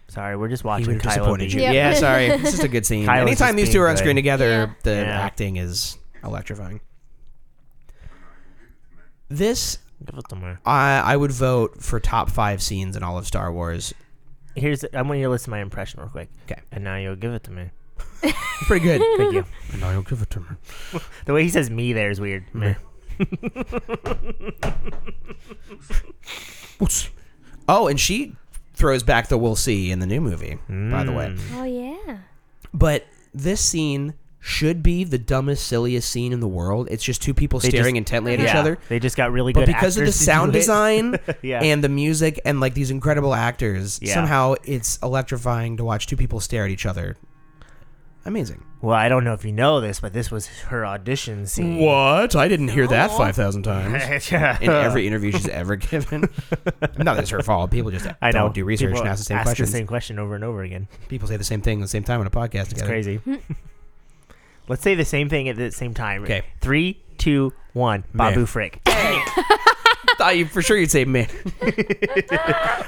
Speaker 4: Sorry, we're just
Speaker 3: He
Speaker 4: watching
Speaker 3: would have
Speaker 4: Kylo
Speaker 3: disappointed
Speaker 4: B.
Speaker 3: you.
Speaker 5: Yep.
Speaker 3: Yeah, sorry. It's just a good scene.
Speaker 4: Kylo's
Speaker 3: Anytime
Speaker 4: just
Speaker 3: these two
Speaker 4: being
Speaker 3: are on
Speaker 4: good.
Speaker 3: screen together,
Speaker 5: Yeah.
Speaker 3: the
Speaker 4: Yeah.
Speaker 3: acting is electrifying. This,
Speaker 4: Give it to me.
Speaker 3: I, I would vote for top five scenes in all of Star Wars.
Speaker 4: Here's I want you to listen to my impression real quick.
Speaker 3: Okay.
Speaker 4: And now you'll give it to me.
Speaker 3: Pretty good.
Speaker 4: Thank you.
Speaker 3: and I'll give it to me.
Speaker 4: The way he says me there is weird. Meh.
Speaker 3: Whoops. Oh, and she throws back the "we'll see" in the new movie, by the
Speaker 4: Mm.
Speaker 3: way.
Speaker 5: Oh yeah.
Speaker 3: But this scene should be the dumbest, silliest scene in the world. It's just two people staring
Speaker 4: just-
Speaker 3: intently at each
Speaker 4: Yeah.
Speaker 3: other.
Speaker 4: They just got really
Speaker 3: But
Speaker 4: good
Speaker 3: because of the
Speaker 4: actors to do
Speaker 3: sound
Speaker 4: it.
Speaker 3: design
Speaker 4: Yeah.
Speaker 3: and the music and like these incredible actors,
Speaker 4: Yeah.
Speaker 3: somehow it's electrifying to watch two people stare at each other. Amazing.
Speaker 4: Well, I don't know if you know this, but this was her audition scene.
Speaker 3: What? I didn't hear that 5,000 times.
Speaker 4: yeah.
Speaker 3: in every interview she's ever given. Not that it's her fault. People just
Speaker 4: I know.
Speaker 3: don't do research
Speaker 4: People
Speaker 3: and ask the same
Speaker 4: ask
Speaker 3: questions.
Speaker 4: the same question over and over again.
Speaker 3: People say the same thing at the same time on a podcast.
Speaker 4: It's crazy. Let's say the same thing at the same time.
Speaker 3: Okay.
Speaker 4: Three, two, one.
Speaker 3: Man.
Speaker 4: Babu Frick.
Speaker 3: Thought you for sure you'd say man.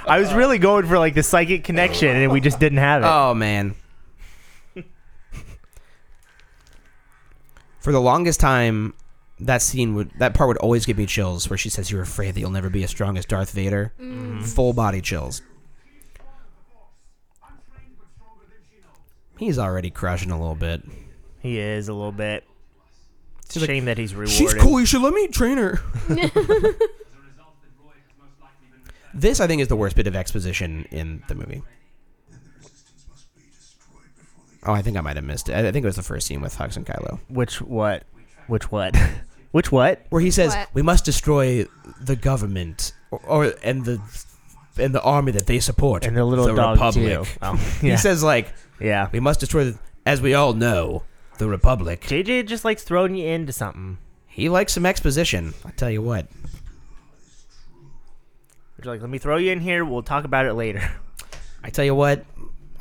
Speaker 4: I was really going for like the psychic connection, and we just didn't have it.
Speaker 3: Oh man. For the longest time, that scene would that part would always give me chills where she says you're afraid that you'll never be as strong as Darth Vader. Mm-hmm. Full body chills. He's already crushing a little bit.
Speaker 4: He is a little bit. It's a
Speaker 3: like,
Speaker 4: shame that he's rewarded.
Speaker 3: She's cool. You should let me train her. this, I think, is the worst bit of exposition in the movie. Oh, I think I might have missed it. I I think it was the first scene with Hux and Kylo,
Speaker 4: Which what? Which what? Which what?
Speaker 3: where he says,
Speaker 5: What?
Speaker 3: "We must destroy the government or, or and the and the army that they support
Speaker 4: And the little dog
Speaker 3: Republic."
Speaker 4: too. Oh,
Speaker 3: He
Speaker 4: yeah.
Speaker 3: says, "Like
Speaker 4: yeah.
Speaker 3: we must destroy, the, as we all know, the Republic."
Speaker 4: JJ just likes throwing you into something.
Speaker 3: He likes some exposition. I tell you what.
Speaker 4: You're like, let me throw you in here. We'll talk about it later.
Speaker 3: I tell you what,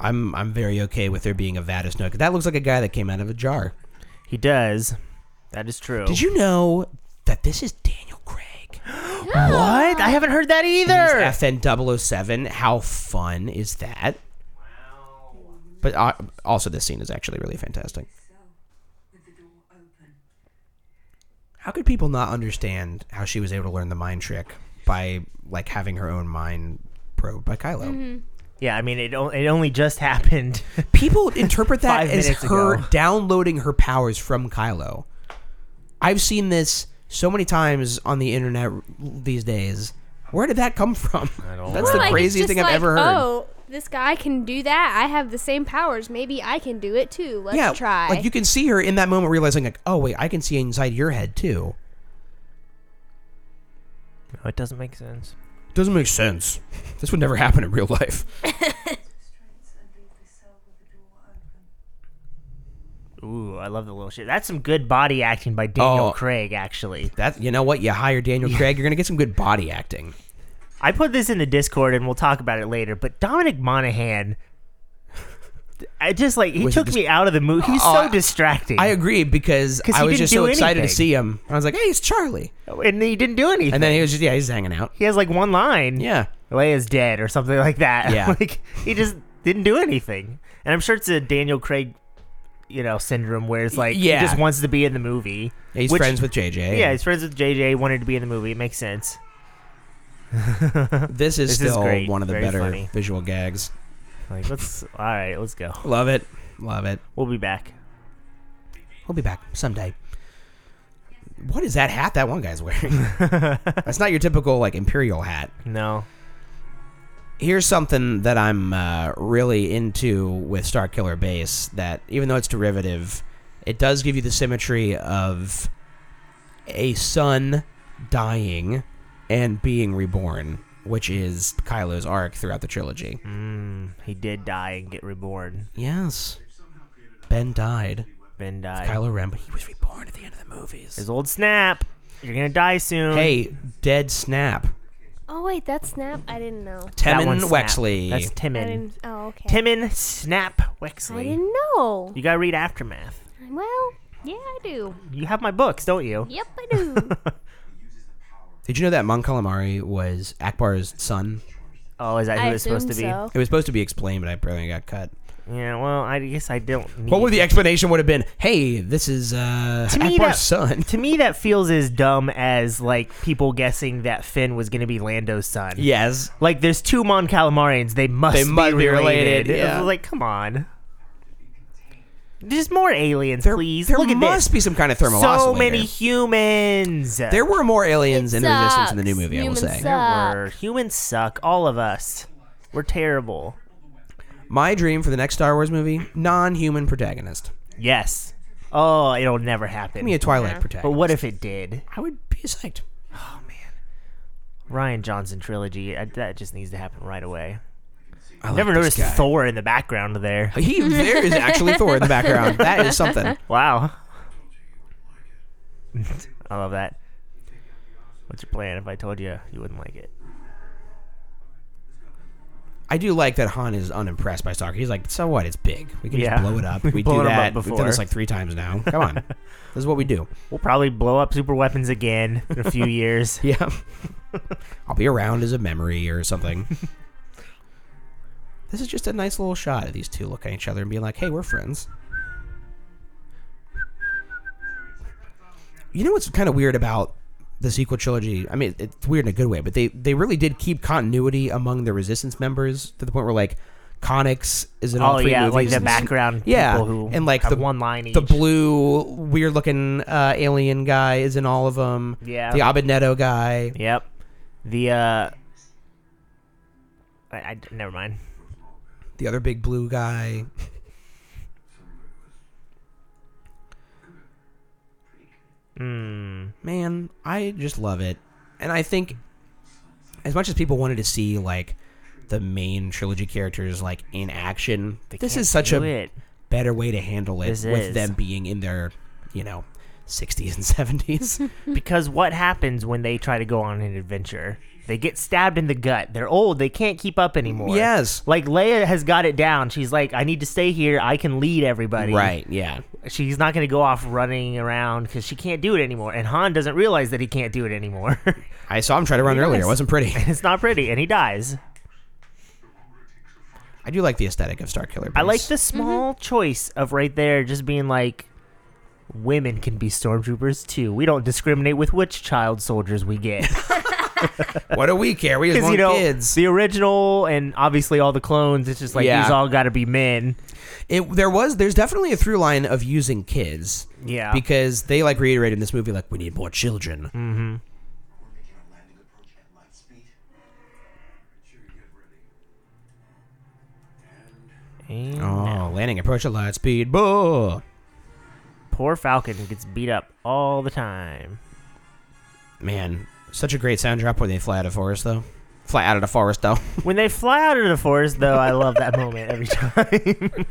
Speaker 3: I'm I'm very okay with there being a vat of snow. 'cause That looks like a guy that came out of a jar.
Speaker 4: He does. That is true.
Speaker 3: Did you know that this is Daniel Craig?
Speaker 4: What? I haven't heard that either.
Speaker 3: He's FN 007. How fun is that? But uh, also, this scene is actually really fantastic. How could people not understand how she was able to learn the mind trick by like having her own mind probed by Kylo?
Speaker 4: yeah, I mean, it, o- it only just happened.
Speaker 3: people interpret that
Speaker 4: Five
Speaker 3: as
Speaker 4: minutes
Speaker 3: her
Speaker 4: ago.
Speaker 3: downloading her powers from Kylo. I've seen this so many times on the internet these days. Where did that come from? I don't That's
Speaker 5: Well,
Speaker 3: the
Speaker 5: like, it's
Speaker 3: craziest
Speaker 5: just
Speaker 3: thing I've
Speaker 5: like,
Speaker 3: ever heard.
Speaker 5: Oh, this guy can do that. I have the same powers. Maybe I can do it too. Let's
Speaker 3: yeah,
Speaker 5: try.
Speaker 3: like you can see her in that moment realizing, like, oh wait, I can see inside your head too.
Speaker 4: no, it doesn't make sense.
Speaker 3: Doesn't make sense. This would never happen in real life.
Speaker 4: Ooh, I love the little shit. That's some good body acting by Daniel
Speaker 3: Oh.
Speaker 4: Craig, actually.
Speaker 3: That you know what? You hire Daniel Craig, you're gonna get some good body acting.
Speaker 4: I put this in the Discord and we'll talk about it later, but Dominic Monaghan. I just like he
Speaker 3: Was it
Speaker 4: took
Speaker 3: dis-
Speaker 4: me out of the movie. He's
Speaker 3: Oh,
Speaker 4: so
Speaker 3: I-
Speaker 4: distracting.
Speaker 3: I agree because
Speaker 4: 'Cause
Speaker 3: I
Speaker 4: he
Speaker 3: was
Speaker 4: didn't
Speaker 3: just so
Speaker 4: do
Speaker 3: excited to
Speaker 4: anything.
Speaker 3: see him. I was like, hey, it's Charlie.
Speaker 4: and he didn't do anything.
Speaker 3: And then he was just yeah, he's hanging out.
Speaker 4: he has like one line.
Speaker 3: Yeah.
Speaker 4: Leia's dead or something like that.
Speaker 3: Yeah.
Speaker 4: like he just didn't do anything. And I'm sure it's a Daniel Craig, you know, syndrome where it's like
Speaker 3: Yeah.
Speaker 4: he just wants to be in the movie.
Speaker 3: Yeah, He's
Speaker 4: which-
Speaker 3: friends with JJ.
Speaker 4: Yeah, he's friends with JJ, wanted to be in the movie. It makes sense.
Speaker 3: this is
Speaker 4: This is
Speaker 3: still
Speaker 4: great.
Speaker 3: one of the
Speaker 4: Very
Speaker 3: better
Speaker 4: funny.
Speaker 3: visual gags.
Speaker 4: Like let's all right, let's go.
Speaker 3: Love it, love it.
Speaker 4: We'll be back.
Speaker 3: We'll be back someday. What is that hat that one guy's wearing? That's not your typical like imperial hat.
Speaker 4: No.
Speaker 3: Here's something that I'm uh, really into with Star Killer Base. That even though it's derivative, it does give you the symmetry of a son dying and being reborn, which is Kylo's arc throughout the trilogy.
Speaker 4: He did die and get reborn.
Speaker 3: Yes. Ben died.
Speaker 4: Ben died.
Speaker 3: Kylo Ren, but he was reborn at the end of the movies.
Speaker 4: His old snap. You're gonna die soon.
Speaker 3: Hey, dead snap.
Speaker 5: oh wait, that's snap. I didn't know.
Speaker 4: That one
Speaker 3: Temin
Speaker 4: snap.
Speaker 3: Wexley.
Speaker 4: That's
Speaker 5: I
Speaker 4: Timon.
Speaker 5: didn't. Oh okay.
Speaker 4: Timon Snap
Speaker 5: I
Speaker 4: Wexley.
Speaker 5: didn't know.
Speaker 4: You gotta read Aftermath.
Speaker 5: Well, yeah, I do.
Speaker 4: You have my books, don't you?
Speaker 5: Yep, I do.
Speaker 3: Did you know that Mon Calamari was Akbar's son?
Speaker 4: Oh, is that who
Speaker 5: I
Speaker 4: it's
Speaker 5: assume
Speaker 4: supposed to be?
Speaker 5: so.
Speaker 3: It was supposed to be explained, but I apparently got cut.
Speaker 4: Yeah, well, I guess I don't. Need
Speaker 3: What would the explanation would have been? Hey, this is uh,
Speaker 4: To me,
Speaker 3: Akbar's
Speaker 4: that-
Speaker 3: son.
Speaker 4: To me, that feels as dumb as like people guessing that Finn was gonna be Lando's son.
Speaker 3: Yes.
Speaker 4: Like, there's two Mon Calamarians. They must
Speaker 3: They
Speaker 4: be
Speaker 3: must be related,
Speaker 4: related.
Speaker 3: yeah.
Speaker 4: Like, come on. Just more aliens,
Speaker 3: There,
Speaker 4: please.
Speaker 3: there
Speaker 4: Look at
Speaker 3: must
Speaker 4: this.
Speaker 3: be some kind of thermal
Speaker 4: so
Speaker 3: oscillator.
Speaker 4: many uh, humans.
Speaker 3: There were more aliens in
Speaker 5: It
Speaker 3: Resistance in the new
Speaker 5: sucks.
Speaker 3: movie,
Speaker 5: Humans
Speaker 3: I will say.
Speaker 5: suck.
Speaker 4: were. Humans suck. All of us. We're terrible.
Speaker 3: My dream for the next Star Wars movie non human protagonist.
Speaker 4: Yes. Oh, it'll never happen.
Speaker 3: Give me a Twilight protagonist.
Speaker 4: but what if it did?
Speaker 3: I would be psyched. Oh man,
Speaker 4: Ryan Johnson trilogy. I, that just needs to happen right away.
Speaker 3: I like
Speaker 4: Never
Speaker 3: this
Speaker 4: noticed
Speaker 3: guy.
Speaker 4: Thor in the background there.
Speaker 3: He there is actually Thor in the background. That is something.
Speaker 4: Wow. I love that. What's your plan? If I told you, you wouldn't like it.
Speaker 3: I do like that Han is unimpressed by soccer. He's like, so what? It's big. We can
Speaker 4: Yeah.
Speaker 3: just blow it up. We do
Speaker 4: blown 'em up
Speaker 3: that. We've done
Speaker 4: before.
Speaker 3: this like three times now. Come on, this is what we do.
Speaker 4: We'll probably blow up super weapons again in a few years.
Speaker 3: Yeah, I'll be around as a memory or something. this is just a nice little shot of these two looking at each other and being like, hey, we're friends. you know what's kind of weird about the sequel trilogy? I mean, it's weird in a good way, but they they really did keep continuity among the Resistance members to the point where like Connix is in all
Speaker 4: Oh,
Speaker 3: three
Speaker 4: yeah,
Speaker 3: movies.
Speaker 4: like the
Speaker 3: and-
Speaker 4: background
Speaker 3: yeah,
Speaker 4: people who
Speaker 3: and like
Speaker 4: have
Speaker 3: the
Speaker 4: one line
Speaker 3: The
Speaker 4: each.
Speaker 3: blue weird looking uh, alien guy is in all of them.
Speaker 4: Yeah.
Speaker 3: the Abednego guy.
Speaker 4: Yep. The uh I, I never mind.
Speaker 3: the other big blue guy.
Speaker 4: Hmm.
Speaker 3: Man, I just love it. And I think as much as people wanted to see like the main trilogy characters like in action, this
Speaker 4: can't
Speaker 3: is such
Speaker 4: do
Speaker 3: a
Speaker 4: it.
Speaker 3: better way to handle it
Speaker 4: This
Speaker 3: with
Speaker 4: is.
Speaker 3: them being in their, you know, 60s and 70s.
Speaker 4: because what happens when they try to go on an adventure? They get stabbed in the gut. They're old. They can't keep up anymore.
Speaker 3: Yes.
Speaker 4: Like Leia has got it down. She's like, I need to stay here. I can lead everybody.
Speaker 3: right, yeah.
Speaker 4: She's not going to go off running around because she can't do it anymore. And Han doesn't realize that he can't do it anymore.
Speaker 3: I saw him try to run earlier. It
Speaker 4: Yes.
Speaker 3: wasn't pretty.
Speaker 4: it's not pretty. And he dies.
Speaker 3: I do like the aesthetic of Star Killer.
Speaker 4: I like
Speaker 3: Base.
Speaker 4: the small choice of right there just being like women can be stormtroopers too. We don't discriminate with which child soldiers we get.
Speaker 3: What do we care? We just
Speaker 4: Because
Speaker 3: want
Speaker 4: you know
Speaker 3: kids.
Speaker 4: the original and obviously all the clones, it's just like
Speaker 3: Yeah.
Speaker 4: these all got to be men.
Speaker 3: it there was there's definitely a through line of using kids
Speaker 4: Yeah. Mm,
Speaker 3: because they like reiterated in this movie like we need more children
Speaker 6: making a landing approach at light speed. Sure, get ready.
Speaker 4: And
Speaker 3: oh landing approach at light speed Boo!
Speaker 4: Poor Falcon who gets beat up all the time.
Speaker 3: man such a great sound drop when they fly out of forest though fly out of the forest though
Speaker 4: When they fly out of the forest, though, I love that moment every time.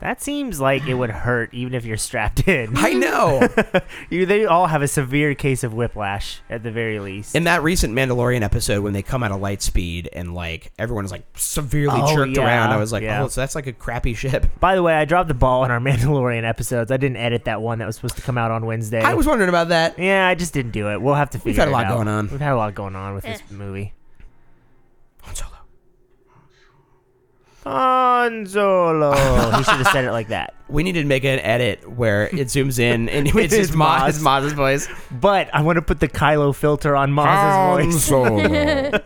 Speaker 4: that seems like it would hurt even if you're strapped in.
Speaker 3: i know
Speaker 4: You, they all have a severe case of whiplash at the very least.
Speaker 3: in that recent mandalorian episode when they come out of light speed and like everyone is like severely
Speaker 4: Oh,
Speaker 3: jerked
Speaker 4: yeah,
Speaker 3: around i was like
Speaker 4: yeah.
Speaker 3: oh so that's like a crappy ship
Speaker 4: By the way, I dropped the ball in our Mandalorian episodes. I didn't edit that one that was supposed to come out on Wednesday.
Speaker 3: i was wondering about that
Speaker 4: yeah, I just didn't do it. We'll have to figure.
Speaker 3: had a
Speaker 4: it
Speaker 3: lot
Speaker 4: out.
Speaker 3: going on.
Speaker 4: We've had a lot going on with this
Speaker 5: Eh.
Speaker 4: movie.
Speaker 3: Han Solo.
Speaker 4: Han Solo. he should have said it like that.
Speaker 3: we need to make an edit where it zooms in and it's
Speaker 4: It's
Speaker 3: just Maz,
Speaker 4: Maz.
Speaker 3: it's Maz's voice.
Speaker 4: But I want to put the Kylo filter on Maz's
Speaker 3: Um, uh,
Speaker 4: voice.
Speaker 6: We'll get in that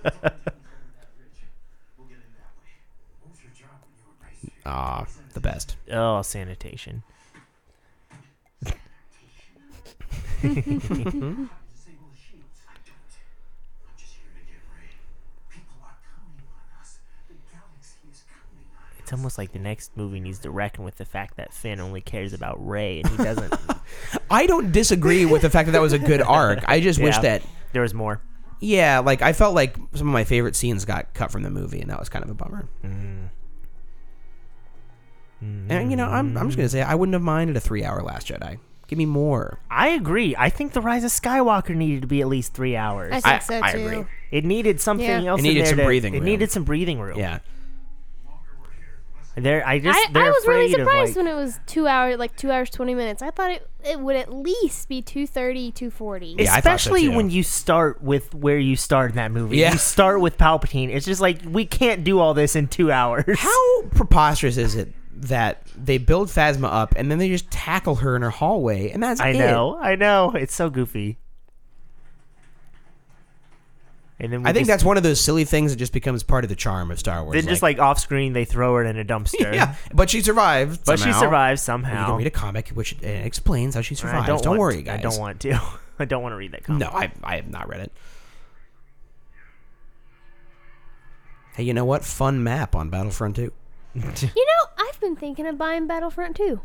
Speaker 6: way. What was your job when you were raised here?
Speaker 3: Ah, the best.
Speaker 4: Oh, sanitation.
Speaker 6: How to disable the shields? I don't. I'm just here to get ready. People are counting on us. The galaxy is counting on us.
Speaker 4: It's almost like the next movie needs to reckon with the fact that Finn only cares about Ray and he doesn't.
Speaker 3: I don't disagree with the fact that that was a good arc. I just wish
Speaker 4: Yeah.
Speaker 3: that,
Speaker 4: there was more.
Speaker 3: yeah, like I felt like some of my favorite scenes got cut from the movie, and that was kind of a bummer.
Speaker 4: Mm-hmm.
Speaker 3: And you know, I'm, I'm just gonna say I wouldn't have minded a three-hour Last Jedi. Give me more.
Speaker 4: I agree. I think the Rise of Skywalker needed to be at least three hours.
Speaker 5: I think
Speaker 3: I-
Speaker 5: so
Speaker 3: I
Speaker 5: too.
Speaker 3: agree.
Speaker 4: It needed something
Speaker 5: Yeah.
Speaker 4: else.
Speaker 3: It needed
Speaker 4: in there
Speaker 3: some
Speaker 4: to-
Speaker 3: breathing
Speaker 4: It
Speaker 3: room.
Speaker 4: needed some breathing room.
Speaker 3: Yeah,
Speaker 4: There, I just.
Speaker 5: I,
Speaker 4: they're
Speaker 5: I was really
Speaker 4: afraid of,
Speaker 5: surprised
Speaker 4: like-
Speaker 5: when it was two hours, like two hours twenty minutes. I thought it, it would at least be 230, 240.
Speaker 3: Yeah, I thought so,
Speaker 4: Especially
Speaker 3: too.
Speaker 4: when you start with where you start in that movie.
Speaker 3: Yeah.
Speaker 4: You start with Palpatine. It's just like we can't do all this in two hours.
Speaker 3: how preposterous is it that they build Phasma up and then they just tackle her in her hallway, and that's
Speaker 4: I
Speaker 3: it?
Speaker 4: know, I know. It's so goofy. And then we
Speaker 3: I think
Speaker 4: just,
Speaker 3: that's one of those silly things that just becomes part of the charm of Star Wars.
Speaker 4: then just like off screen they throw her in a dumpster.
Speaker 3: yeah, but she survives.
Speaker 4: But she
Speaker 3: somehow.
Speaker 4: survives
Speaker 3: You
Speaker 4: somehow.
Speaker 3: can read a comic which uh, explains how she
Speaker 4: And
Speaker 3: survives.
Speaker 4: I don't,
Speaker 3: Don't,
Speaker 4: want-
Speaker 3: worry, guys.
Speaker 4: I don't want to. I don't want to read that comic.
Speaker 3: No, I, I have not read it. Hey, you know what? Fun map on Battlefront 2.
Speaker 5: You know, I've been thinking of buying Battlefront too.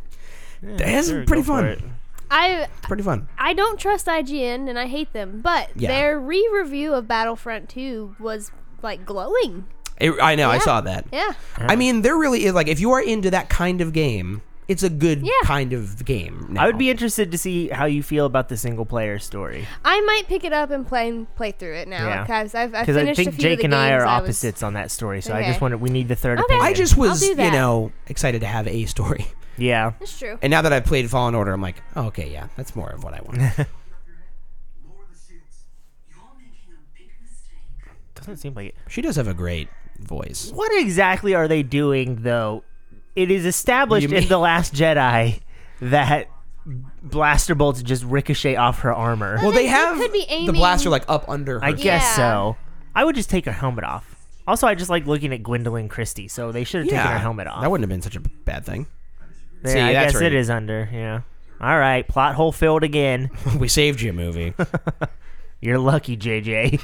Speaker 3: That's pretty
Speaker 4: go for it.
Speaker 3: fun.
Speaker 5: I
Speaker 3: Pretty fun.
Speaker 5: I don't trust IGN and I hate them, but
Speaker 3: Yeah.
Speaker 5: their re-review of Battlefront 2 was like glowing.
Speaker 3: It- I know. I
Speaker 5: Yeah.
Speaker 3: saw that.
Speaker 5: Yeah.
Speaker 3: I mean, there really is like if you are into that kind of game, it's a good
Speaker 5: Yeah.
Speaker 3: kind of game.
Speaker 4: I would
Speaker 3: now.
Speaker 4: be interested to see how you feel about the single player story
Speaker 5: I might pick it up and play and play through it now
Speaker 4: Yeah.
Speaker 5: because I've, I've
Speaker 4: because I
Speaker 5: finished a
Speaker 4: think
Speaker 5: few of
Speaker 4: Jake
Speaker 5: the
Speaker 4: and I
Speaker 5: games
Speaker 4: are
Speaker 5: was-
Speaker 4: opposites on that story. So I just
Speaker 5: Okay.
Speaker 4: wanted we need the third
Speaker 5: Okay.
Speaker 4: opinion.
Speaker 3: I just was,
Speaker 5: do
Speaker 3: you
Speaker 5: that.
Speaker 3: know, excited to have a story.
Speaker 4: yeah.
Speaker 5: That's true.
Speaker 3: And now that I've played Fallen Order, I'm like, oh, okay, yeah, that's more of what I want.
Speaker 6: Lower the shields. You're making a big mistake.
Speaker 4: Doesn't seem like it.
Speaker 3: she does have a great voice.
Speaker 4: What exactly are they doing though? it is established
Speaker 3: You mean-
Speaker 4: in the Last Jedi that blaster bolts just ricochet off her armor.
Speaker 3: Well,
Speaker 5: they-
Speaker 3: they,
Speaker 5: they
Speaker 3: have
Speaker 5: could be
Speaker 3: the
Speaker 5: aiming-
Speaker 3: blaster like up under. Her.
Speaker 4: I guess
Speaker 5: Yeah.
Speaker 4: so. I would just take her helmet off. Also, I just like looking at Gwendolyn Christie, so they should have taken her helmet off.
Speaker 3: That wouldn't have been such a bad thing.
Speaker 4: Yeah,
Speaker 3: See,
Speaker 4: I
Speaker 3: that's
Speaker 4: guess
Speaker 3: where
Speaker 4: it
Speaker 3: you-
Speaker 4: is under. Yeah. All right, plot hole filled again.
Speaker 3: we saved you, movie.
Speaker 4: You're lucky, JJ.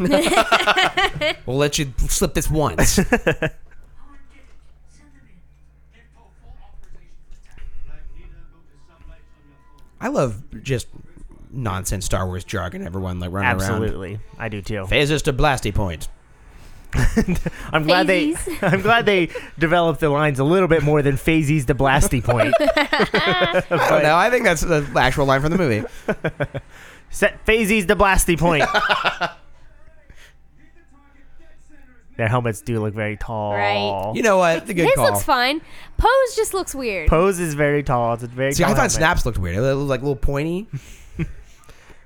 Speaker 3: we'll let you slip this once. I love just nonsense Star Wars jargon. Everyone like running around.
Speaker 4: Absolutely, I do too.
Speaker 3: Phasers to blasty point.
Speaker 4: I'm glad they. I'm glad they developed the lines a little bit more than Phases to Blasty Point.
Speaker 3: I don't know. I think that's the actual line from the movie.
Speaker 4: Set Phases to Blasty Point. Their helmets do look very tall.
Speaker 5: Right.
Speaker 3: You know what? The good
Speaker 5: His
Speaker 3: call.
Speaker 5: looks fine. Poe's just looks weird.
Speaker 4: Pose is very tall. It's a very.
Speaker 3: See, I
Speaker 4: tall
Speaker 3: thought
Speaker 4: helmet.
Speaker 3: Snaps looked weird. It looked like a little pointy.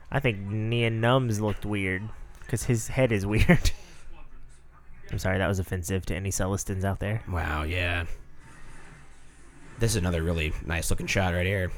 Speaker 4: I think Nia Nums looked weird because his head is weird. I'm sorry, that was offensive to any Celestins out there.
Speaker 3: Wow, yeah. This is another really nice looking shot right here.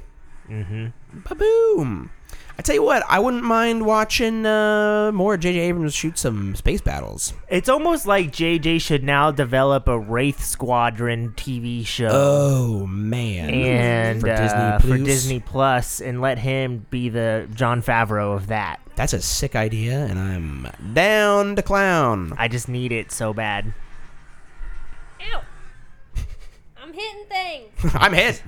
Speaker 3: Mm-hmm. Boom. I tell you what, I wouldn't mind watching uh, more J.J. Abrams shoot some space battles.
Speaker 4: It's almost like JJ should now develop a Wraith Squadron TV show
Speaker 3: Oh man!
Speaker 4: and
Speaker 3: for
Speaker 4: uh,
Speaker 3: Disney,
Speaker 4: for
Speaker 3: Plus.
Speaker 4: Disney Plus and let him be the John Favreau of that.
Speaker 3: That's a sick idea, and I'm down to clown.
Speaker 4: I just need it so bad.
Speaker 5: Ow! I'm hitting things.
Speaker 3: I'm hit,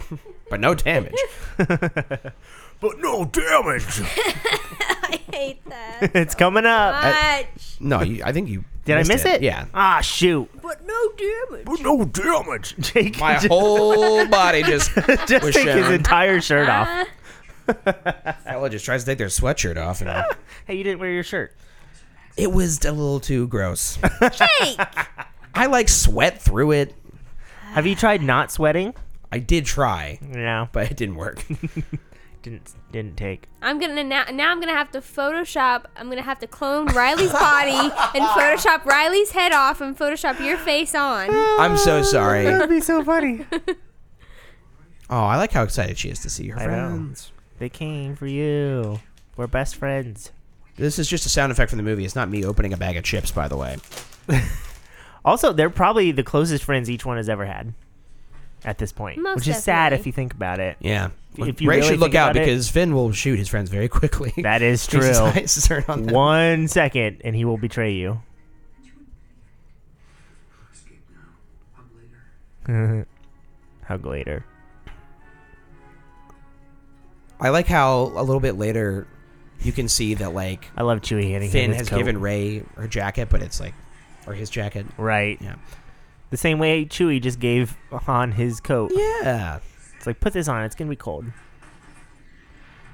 Speaker 3: but no damage. but no damage.
Speaker 5: I hate that
Speaker 4: It's coming
Speaker 5: Ah.
Speaker 4: up.
Speaker 5: much.
Speaker 3: No, you, I think you.
Speaker 4: Did I miss it?
Speaker 3: Yeah.
Speaker 4: Ah, shoot.
Speaker 1: But no damage.
Speaker 4: But no damage. Jake
Speaker 3: My
Speaker 4: just,
Speaker 3: whole body just
Speaker 4: just
Speaker 3: was
Speaker 4: take his
Speaker 3: shown.
Speaker 4: entire shirt off.
Speaker 3: fella just tries to take their sweatshirt off, and
Speaker 4: Hey, you didn't wear your shirt.
Speaker 3: it was a little too gross. I like sweat through it.
Speaker 4: Have you tried not sweating?
Speaker 3: I did try,
Speaker 4: No,
Speaker 3: but it didn't work.
Speaker 4: didn't didn't take.
Speaker 5: I'm gonna now, now. I'm gonna have to Photoshop. I'm gonna have to clone Riley's body and Photoshop Riley's head off and Photoshop your face on.
Speaker 3: I'm so sorry. Oh,
Speaker 4: be so funny.
Speaker 3: I like how excited she is to see her
Speaker 4: I know.
Speaker 3: friends.
Speaker 4: they came for you. We're best friends.
Speaker 3: This is just a sound effect from the movie. It's not me opening a bag of chips, by the way.
Speaker 4: Also, they're probably the closest friends each one has ever had at this point,
Speaker 5: Most
Speaker 4: which is sad
Speaker 5: definitely.
Speaker 4: if you think about it.
Speaker 3: Yeah.
Speaker 4: If
Speaker 3: If
Speaker 4: you
Speaker 3: Ray
Speaker 4: really
Speaker 3: should look
Speaker 4: think
Speaker 3: out
Speaker 4: about it-
Speaker 3: because Finn will shoot his friends very quickly.
Speaker 4: That is
Speaker 3: Keeps his
Speaker 4: true.
Speaker 3: eyes turned on them.
Speaker 4: One second, and he will betray you.
Speaker 6: Escape now. Up later.
Speaker 4: Hug later.
Speaker 3: I like how a little bit later you can see that like
Speaker 4: I love Chewie handing him
Speaker 3: Finn
Speaker 4: his
Speaker 3: has
Speaker 4: coat.
Speaker 3: given Ray her jacket, but it's like or his jacket.
Speaker 4: right
Speaker 3: Yeah.
Speaker 4: the same way Chewie just gave Han his coat.
Speaker 3: Yeah.
Speaker 4: It's like put this on; it's gonna be cold.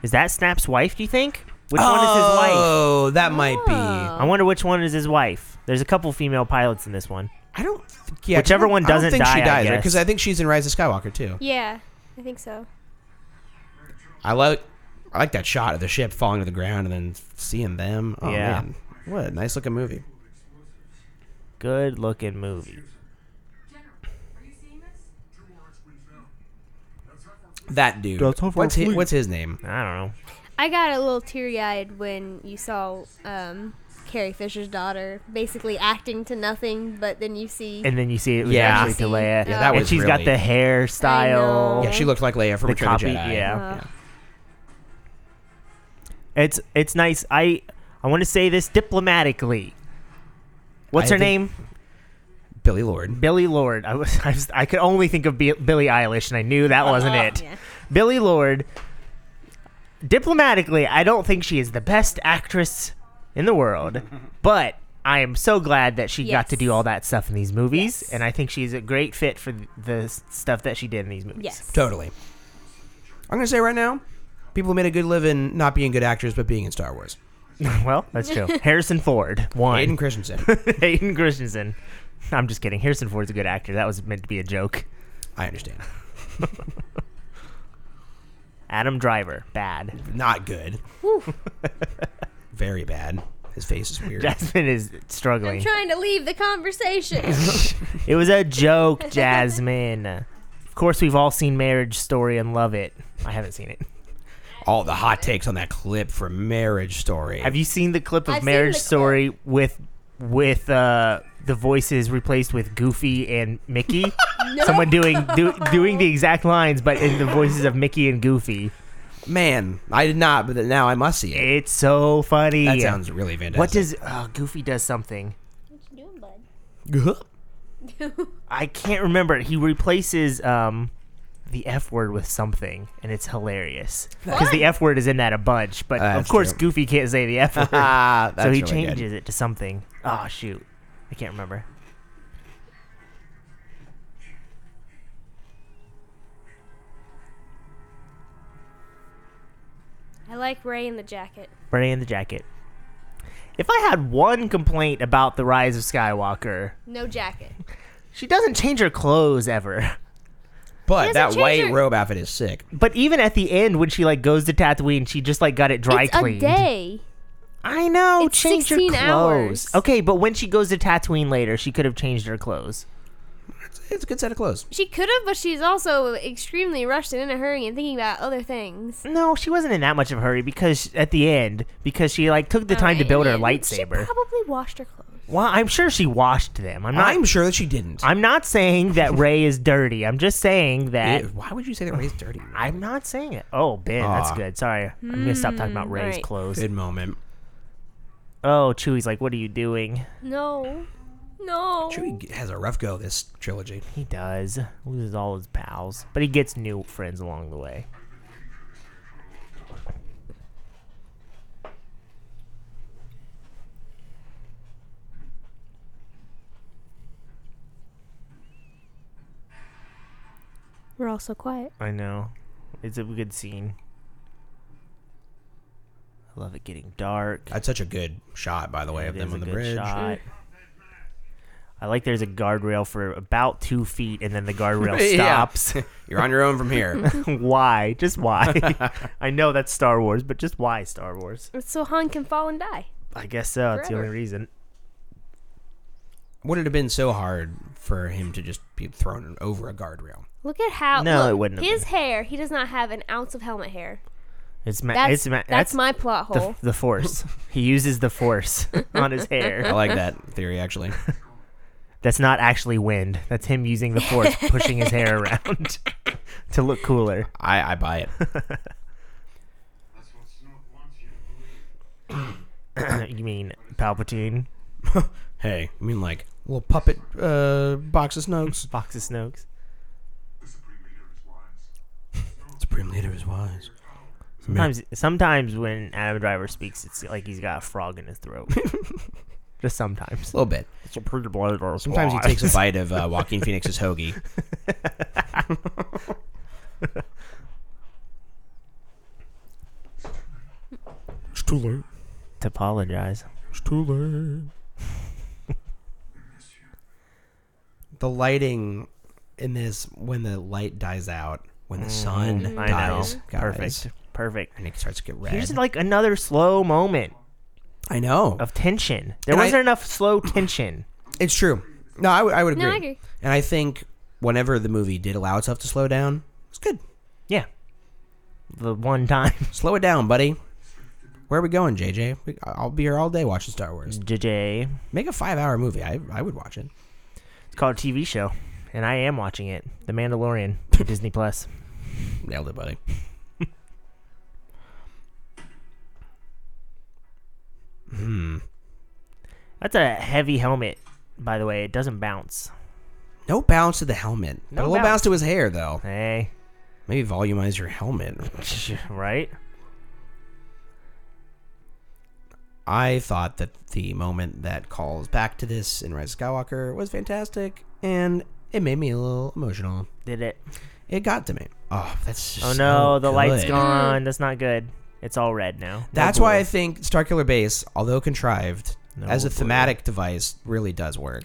Speaker 4: Is that Snap's wife? Do you think? Which one is his wife?
Speaker 3: Oh, that might be.
Speaker 4: I wonder which one is his wife. There's a couple female pilots in this one.
Speaker 3: I don't. Think, yeah,
Speaker 4: Whichever
Speaker 3: I don't-
Speaker 4: one doesn't
Speaker 3: I don't think
Speaker 4: die, I
Speaker 3: she dies,
Speaker 4: guess.
Speaker 3: Because I think she's in Rise of Skywalker too.
Speaker 5: Yeah, I think so.
Speaker 3: I like, I like that shot of the ship falling to the ground and then seeing them. Oh,
Speaker 4: Yeah.
Speaker 3: Man. What a nice looking movie.
Speaker 4: Good looking movie.
Speaker 3: That dude.
Speaker 4: That's how far
Speaker 3: what's his,
Speaker 4: flew.
Speaker 3: what's his name?
Speaker 4: I don't know.
Speaker 5: I got a little teary-eyed when you saw um, Carrie Fisher's daughter basically acting to nothing, but then you see
Speaker 4: And then you see it was
Speaker 3: Yeah.
Speaker 4: actually to Leia.
Speaker 5: Yeah, that
Speaker 4: and
Speaker 3: was
Speaker 4: she's got
Speaker 3: really-
Speaker 4: the hairstyle.
Speaker 5: I know.
Speaker 3: Yeah, she looked like Leia from
Speaker 4: The
Speaker 3: Return of the
Speaker 4: copy,
Speaker 3: Jedi.
Speaker 4: yeah. It's it's nice. I I want to say this diplomatically. What's
Speaker 3: I
Speaker 4: her
Speaker 3: think-
Speaker 4: name?
Speaker 3: Billy Lord.
Speaker 4: Billy Lord. I was, I was I could only think of Bi- Billie Eilish, and I knew
Speaker 5: Oh,
Speaker 4: that wasn't it. Billy Lord. Diplomatically, I don't think she is the best actress in the world, but I am so glad that she got to
Speaker 5: Yes.
Speaker 4: do all that stuff in these movies,
Speaker 5: Yes.
Speaker 4: and I think she's a great fit for th- the s- stuff that she did in these movies.
Speaker 5: yes,
Speaker 3: Totally. I'm gonna say right now, people made a good living not being good actors but being in Star Wars.
Speaker 4: Well, that's true. Harrison Ford,
Speaker 3: Aiden
Speaker 4: one.
Speaker 3: Christensen.
Speaker 4: Hayden Christensen. I'm just kidding. Harrison Ford's a good actor. That was meant to be a joke.
Speaker 3: I understand.
Speaker 4: Adam Driver, bad.
Speaker 3: Not good. Very bad. His face is weird.
Speaker 4: Jasmine is
Speaker 5: I'm
Speaker 4: struggling.
Speaker 5: trying to leave the conversation.
Speaker 4: It was a joke, Jasmine. course, we've all seen Marriage Story and love it. I haven't seen it.
Speaker 3: All the hot takes on that clip from Marriage Story.
Speaker 4: Have you seen the clip of
Speaker 7: I've seen
Speaker 4: Marriage
Speaker 7: the clip.
Speaker 4: Story with with uh, the voices replaced with Goofy and Mickey? Someone doing do, doing the exact lines, but in the voices of Mickey and Goofy.
Speaker 3: Man, I did not, but now I must see it.
Speaker 4: It's so funny.
Speaker 3: That sounds really fantastic.
Speaker 4: What does uh, Goofy does something?
Speaker 7: What you doing, bud?
Speaker 4: I can't remember. He replaces um, the F word with something, and it's hilarious because the F word is in that a bunch. But of
Speaker 3: Ah, That's
Speaker 4: course,
Speaker 3: true.
Speaker 4: Goofy can't say the F word,
Speaker 3: Ah, that's
Speaker 4: Uh, so he
Speaker 3: really
Speaker 4: changes
Speaker 3: good.
Speaker 4: it to something. Oh shoot, I can't remember.
Speaker 5: I like Ray in the jacket.
Speaker 4: Bernie in the jacket. If I had one complaint about the rise of Skywalker,
Speaker 5: No jacket.
Speaker 4: she doesn't change her clothes ever.
Speaker 3: But
Speaker 5: doesn't
Speaker 3: that
Speaker 5: change
Speaker 3: white
Speaker 5: her-
Speaker 3: robe outfit is sick.
Speaker 4: But even at the end, when she like goes to Tatooine, she just like got it dry
Speaker 5: it's
Speaker 4: cleaned.
Speaker 5: a day.
Speaker 4: I know.
Speaker 5: It's
Speaker 4: change your
Speaker 5: 16
Speaker 4: clothes.
Speaker 5: hours.
Speaker 4: Okay, but when she goes to Tatooine later, she could have changed her clothes.
Speaker 3: It's a good set of clothes.
Speaker 5: She could have, but she's also extremely rushed and in a hurry and thinking about other things.
Speaker 4: No, she wasn't in that much of a hurry because at the end, because she like took the time to
Speaker 7: Alright,
Speaker 4: build her
Speaker 7: and
Speaker 5: She
Speaker 4: lightsaber.
Speaker 5: probably washed her clothes.
Speaker 4: well, I'm sure she washed them. I'm not.
Speaker 3: I'm sure that she didn't.
Speaker 4: I'm not saying that Ray is dirty. I'm just saying that.
Speaker 3: Ew, why would you say that Ray's dirty?
Speaker 4: I'm not saying it. Oh, Ben, that's
Speaker 5: Ah.
Speaker 3: Aw.
Speaker 4: good. Sorry, I'm gonna stop talking about Ray's
Speaker 5: alright.
Speaker 4: clothes.
Speaker 3: Good moment.
Speaker 4: Oh, Chewie's like, what are you doing?
Speaker 5: No. No.
Speaker 3: Chewie has a rough go of this trilogy.
Speaker 4: He does loses all his pals, but he gets new friends along the way.
Speaker 5: We're all so quiet.
Speaker 4: I know, it's a good scene. I love it getting dark.
Speaker 3: That's such a good shot, by the way, of
Speaker 4: It
Speaker 3: them
Speaker 4: is
Speaker 3: on the
Speaker 4: a good
Speaker 3: bridge.
Speaker 4: shot. I like there's a guardrail for about two feet and then the guardrail stops.
Speaker 3: You're on your own from here.
Speaker 4: why? Just why? I know that's Star Wars, but just why Star Wars?
Speaker 5: It's so Han can fall and die.
Speaker 4: I guess so. It's the
Speaker 5: Forever.
Speaker 4: only reason.
Speaker 3: Would it have been so hard for him to just be thrown over a guardrail?
Speaker 5: Look at how.
Speaker 4: No,
Speaker 5: look,
Speaker 4: it wouldn't have
Speaker 5: His
Speaker 4: been.
Speaker 5: hair. He does not have an ounce of helmet hair.
Speaker 4: It's ma-
Speaker 5: That's
Speaker 4: it's ma-
Speaker 5: that's, my plot
Speaker 4: the,
Speaker 5: hole.
Speaker 4: the force. he uses the force on his
Speaker 3: I
Speaker 4: hair.
Speaker 3: like that theory, actually.
Speaker 4: That's not actually wind. That's him using the force, pushing his hair around to look cooler.
Speaker 3: I, I buy it.
Speaker 6: That's what Snoke wants you to believe.
Speaker 4: you mean Palpatine,
Speaker 3: Hey, I mean, like, little puppet uh, box of Snokes.
Speaker 4: Box of Snokes?
Speaker 6: The Supreme Leader is wise.
Speaker 3: Supreme Leader is wise.
Speaker 4: Sometimes, sometimes when Adam Driver speaks, it's like he's got a frog in his throat. Just sometimes.
Speaker 3: A little bit.
Speaker 4: It's a pretty blood or
Speaker 3: Sometimes he takes a bite of uh, Joaquin Phoenix's hoagie.
Speaker 8: It's too late.
Speaker 4: to apologize.
Speaker 8: It's too late.
Speaker 3: the lighting in this when the light dies out when the sun
Speaker 4: I know.
Speaker 3: dies guys,
Speaker 4: Perfect. Perfect.
Speaker 3: and it starts to get red
Speaker 4: Here's like another slow moment
Speaker 3: i know
Speaker 4: of tension. There
Speaker 3: And I-
Speaker 4: wasn't enough slow tension.
Speaker 3: it's true no i, would- I would agree.
Speaker 5: No, I agree.
Speaker 3: and i think whenever the movie did allow itself to slow down it's good
Speaker 4: Yeah. The one time.
Speaker 3: slow it down buddy where are we going jj we, i'll be here all day watching star wars
Speaker 4: JJ.
Speaker 3: make a five hour movie i, I would watch it
Speaker 4: It's called a TV show, and I am watching it. The Mandalorian, on Disney Plus.
Speaker 3: nailed it buddy
Speaker 4: That's a heavy helmet, by the way. It doesn't bounce.
Speaker 3: no bounce to the helmet but
Speaker 4: No
Speaker 3: a little bounce
Speaker 4: bounce.
Speaker 3: to his hair though
Speaker 4: Hey,
Speaker 3: maybe volumize your helmet
Speaker 4: right?
Speaker 3: I thought that the moment that calls back to this in Rise of Skywalker was fantastic, and it made me a little emotional.
Speaker 4: Did it?
Speaker 3: It got to me. Oh, that's just
Speaker 4: Oh no,
Speaker 3: so
Speaker 4: the light's
Speaker 3: good.
Speaker 4: gone. That's not good. It's all red now. No
Speaker 3: That's
Speaker 4: blue.
Speaker 3: why I think Starkiller Base, although contrived,
Speaker 4: No
Speaker 3: as a
Speaker 4: blue.
Speaker 3: thematic device, really does work.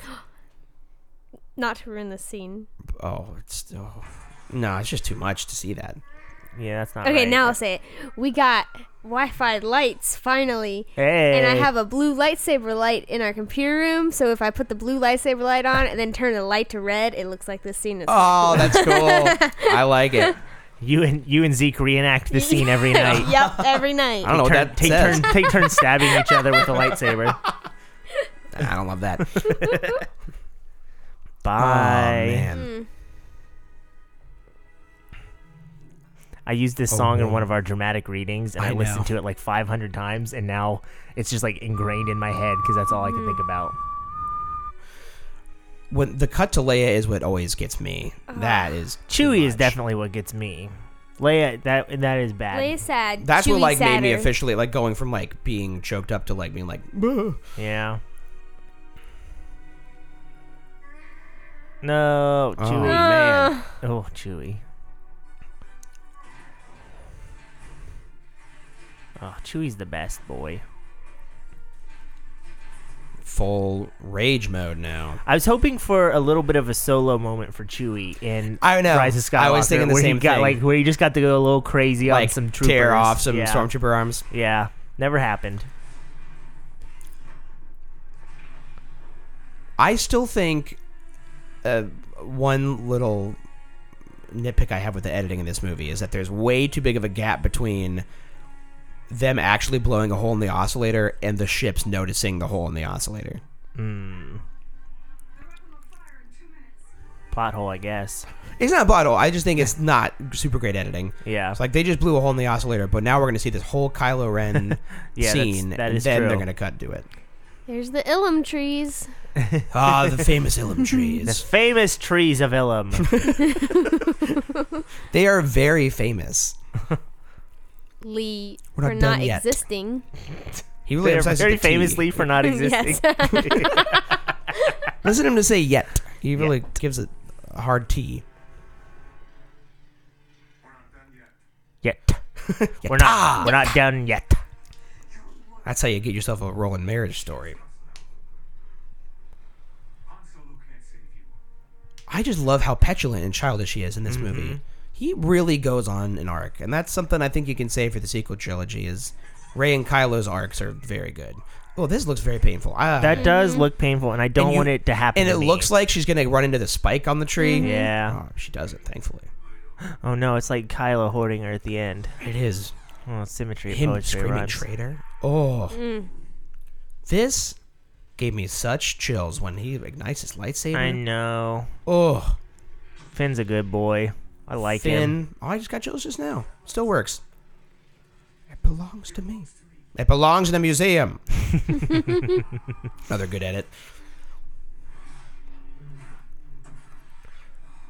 Speaker 5: Not to ruin the scene.
Speaker 3: Oh, it's oh. no, it's just too much to see that.
Speaker 4: Yeah, that's not
Speaker 5: Okay,
Speaker 4: right.
Speaker 5: now I'll say it. We got Wi-Fi lights finally.
Speaker 4: Hey.
Speaker 5: And I have a blue lightsaber light in our computer room, so if I put the blue lightsaber light on and then turn the light to red, it looks like this scene is.
Speaker 3: Oh, that's cool. I like it.
Speaker 4: you and you and Zeke reenact the scene every night.
Speaker 5: yep, every night.
Speaker 3: I don't know what
Speaker 4: Turn-
Speaker 3: that
Speaker 4: take
Speaker 3: says. Oh,
Speaker 4: turn take turns stabbing each other with a lightsaber.
Speaker 3: I don't love that. Oh,
Speaker 4: Bye.
Speaker 3: man.
Speaker 4: I used this song in one of our dramatic readings, and I,
Speaker 3: Oh, I know.
Speaker 4: listened to it like 500 times, and now it's just like ingrained in my head because that's all I can think about.
Speaker 3: When the cut to Leia is what always gets me. That is too
Speaker 4: Chewie is
Speaker 3: much.
Speaker 4: definitely what gets me. Leia, that that is bad.
Speaker 5: Leia's sad.
Speaker 3: That's what
Speaker 5: Chewie's
Speaker 3: like made me
Speaker 5: sadder.
Speaker 3: officially like going from like being choked up to like being like "Bah."
Speaker 4: Yeah. No,
Speaker 3: oh
Speaker 4: Chewie.
Speaker 3: man.
Speaker 4: Oh, Chewie. Oh, Chewie's the best boy.
Speaker 3: Full rage mode now.
Speaker 4: I was hoping for a little bit of a solo moment for Chewie in
Speaker 3: I know.
Speaker 4: Rise of Skywalker.
Speaker 3: I was thinking the
Speaker 4: where
Speaker 3: same
Speaker 4: he got,
Speaker 3: thing.
Speaker 4: Like where he just got to go a little crazy
Speaker 3: Like
Speaker 4: on some troopers.
Speaker 3: tear off some
Speaker 4: yeah.
Speaker 3: stormtrooper arms.
Speaker 4: Yeah, never happened.
Speaker 3: I still think uh, one little nitpick I have with the editing in this movie is that there's way too big of a gap between them actually blowing a hole in the oscillator and the ships noticing the hole in the oscillator.
Speaker 4: Plot hole, I guess.
Speaker 3: It's not a bottle. I just think it's not super great editing.
Speaker 4: Yeah.
Speaker 3: It's like they just blew a hole in the oscillator, but now we're going to see this whole Kylo Ren
Speaker 4: Yeah, that's-
Speaker 3: scene,
Speaker 4: that
Speaker 3: and
Speaker 4: is
Speaker 3: then they're
Speaker 4: true.
Speaker 3: going to cut to it.
Speaker 5: There's the Ilum trees.
Speaker 3: Ah, the famous Ilum
Speaker 4: The
Speaker 3: trees.
Speaker 4: famous trees of Ilum.
Speaker 3: They are very famous.
Speaker 5: Lee
Speaker 3: We're not
Speaker 5: for
Speaker 3: done
Speaker 5: not
Speaker 3: yet.
Speaker 5: existing.
Speaker 3: He really
Speaker 4: They're
Speaker 3: emphasizes
Speaker 4: very
Speaker 3: the T.
Speaker 4: famously for not existing.
Speaker 5: yes.
Speaker 3: Listen to him to say yet. He really gives it a hard T.
Speaker 4: Yet. we're
Speaker 3: Ah.
Speaker 4: not. We're not done yet.
Speaker 3: That's how you get yourself a rolling marriage story.
Speaker 6: Han Solo can't save you.
Speaker 3: I just love how petulant and childish he is in this
Speaker 4: Mm-hmm.
Speaker 3: movie. He really goes on an arc, and that's something I think you can say for the sequel trilogy is Ray and Kylo's arcs are very good. Oh, this looks very painful. Ah.
Speaker 4: That does look painful, and I don't
Speaker 3: And you-
Speaker 4: want it to happen.
Speaker 3: and
Speaker 4: to
Speaker 3: it
Speaker 4: me. Mm-hmm.
Speaker 3: looks like she's gonna run into the spike on the tree.
Speaker 4: Yeah.
Speaker 3: Oh, she does it, thankfully.
Speaker 4: Oh no, it's like Kylo hoarding her at the end.
Speaker 3: It is
Speaker 4: Oh, symmetry. of
Speaker 3: him
Speaker 4: poetry
Speaker 3: screaming
Speaker 4: rhymes.
Speaker 3: traitor. Oh, this gave me such chills when he ignites his
Speaker 4: I
Speaker 3: lightsaber.
Speaker 4: know.
Speaker 3: oh,
Speaker 4: Finn's a good boy. I like
Speaker 3: Finn.
Speaker 4: him.
Speaker 3: Oh, I just got chills just now. Still works. It belongs to me. It belongs in a museum. Another good edit.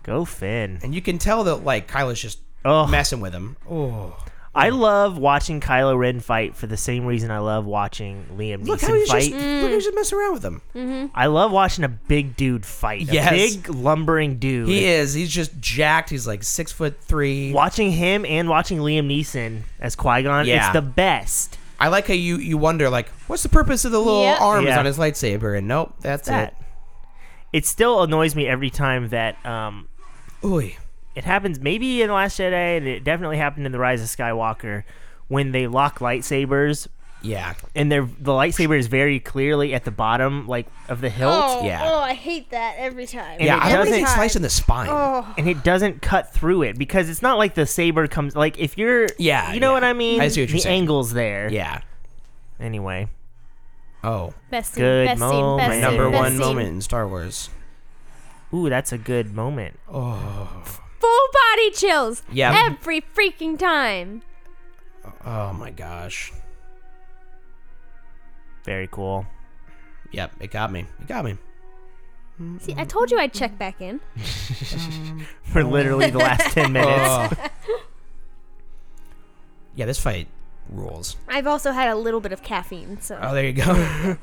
Speaker 4: Go Finn.
Speaker 3: And you can tell that like Kylo's just
Speaker 4: Oh,
Speaker 3: messing with him. Oh,
Speaker 4: I love watching Kylo Ren fight for the same reason I love watching Liam
Speaker 3: look how
Speaker 4: Neeson
Speaker 3: he's
Speaker 4: fight.
Speaker 3: just look how he's just messing around with him.
Speaker 4: Mm. I love watching a big dude fight.
Speaker 3: Yes.
Speaker 4: A big lumbering dude.
Speaker 3: He is. He's just jacked. He's like six foot three.
Speaker 4: Watching him and watching Liam Neeson as Qui Gon,
Speaker 3: Yeah.
Speaker 4: it's the best.
Speaker 3: I like how you you wonder like what's the purpose of the little
Speaker 5: Yeah.
Speaker 3: arms
Speaker 4: Yeah.
Speaker 3: on his lightsaber and nope that's
Speaker 4: That. It still annoys me every time that um,
Speaker 3: it. Ooh.
Speaker 4: it happens maybe in The Last Jedi, and it definitely happened in The Rise of Skywalker when they lock lightsabers
Speaker 3: Yeah.
Speaker 4: and they're, the lightsaber is very clearly at the bottom like of the hilt.
Speaker 5: Oh,
Speaker 3: Yeah.
Speaker 5: oh, I hate that every time.
Speaker 4: And
Speaker 3: yeah,
Speaker 4: it
Speaker 3: I don't
Speaker 4: doesn't-
Speaker 3: think it's sliced in the spine.
Speaker 5: Oh,
Speaker 4: and it doesn't cut through it because it's not like the saber comes like if you're
Speaker 3: Yeah,
Speaker 4: you know
Speaker 3: yeah.
Speaker 4: what I mean
Speaker 3: I see what you're
Speaker 4: the
Speaker 3: saying.
Speaker 4: angles there
Speaker 3: Yeah.
Speaker 4: anyway
Speaker 3: Oh,
Speaker 5: best scene,
Speaker 4: Good
Speaker 5: best scene,
Speaker 4: moment.
Speaker 5: best
Speaker 3: my
Speaker 5: scene,
Speaker 3: number
Speaker 5: best
Speaker 3: one
Speaker 5: scene.
Speaker 3: moment in Star Wars.
Speaker 4: ooh that's a good moment
Speaker 5: Full body chills.
Speaker 3: Yeah.
Speaker 5: Every freaking time.
Speaker 3: Oh my gosh.
Speaker 4: very cool
Speaker 3: Yep, it got me. It got me.
Speaker 5: See, I told you I'd check back in.
Speaker 4: for literally the last ten minutes
Speaker 3: Oh. yeah, this fight rules.
Speaker 5: I've also had a little bit of caffeine, so
Speaker 3: Oh, there you go. Oh.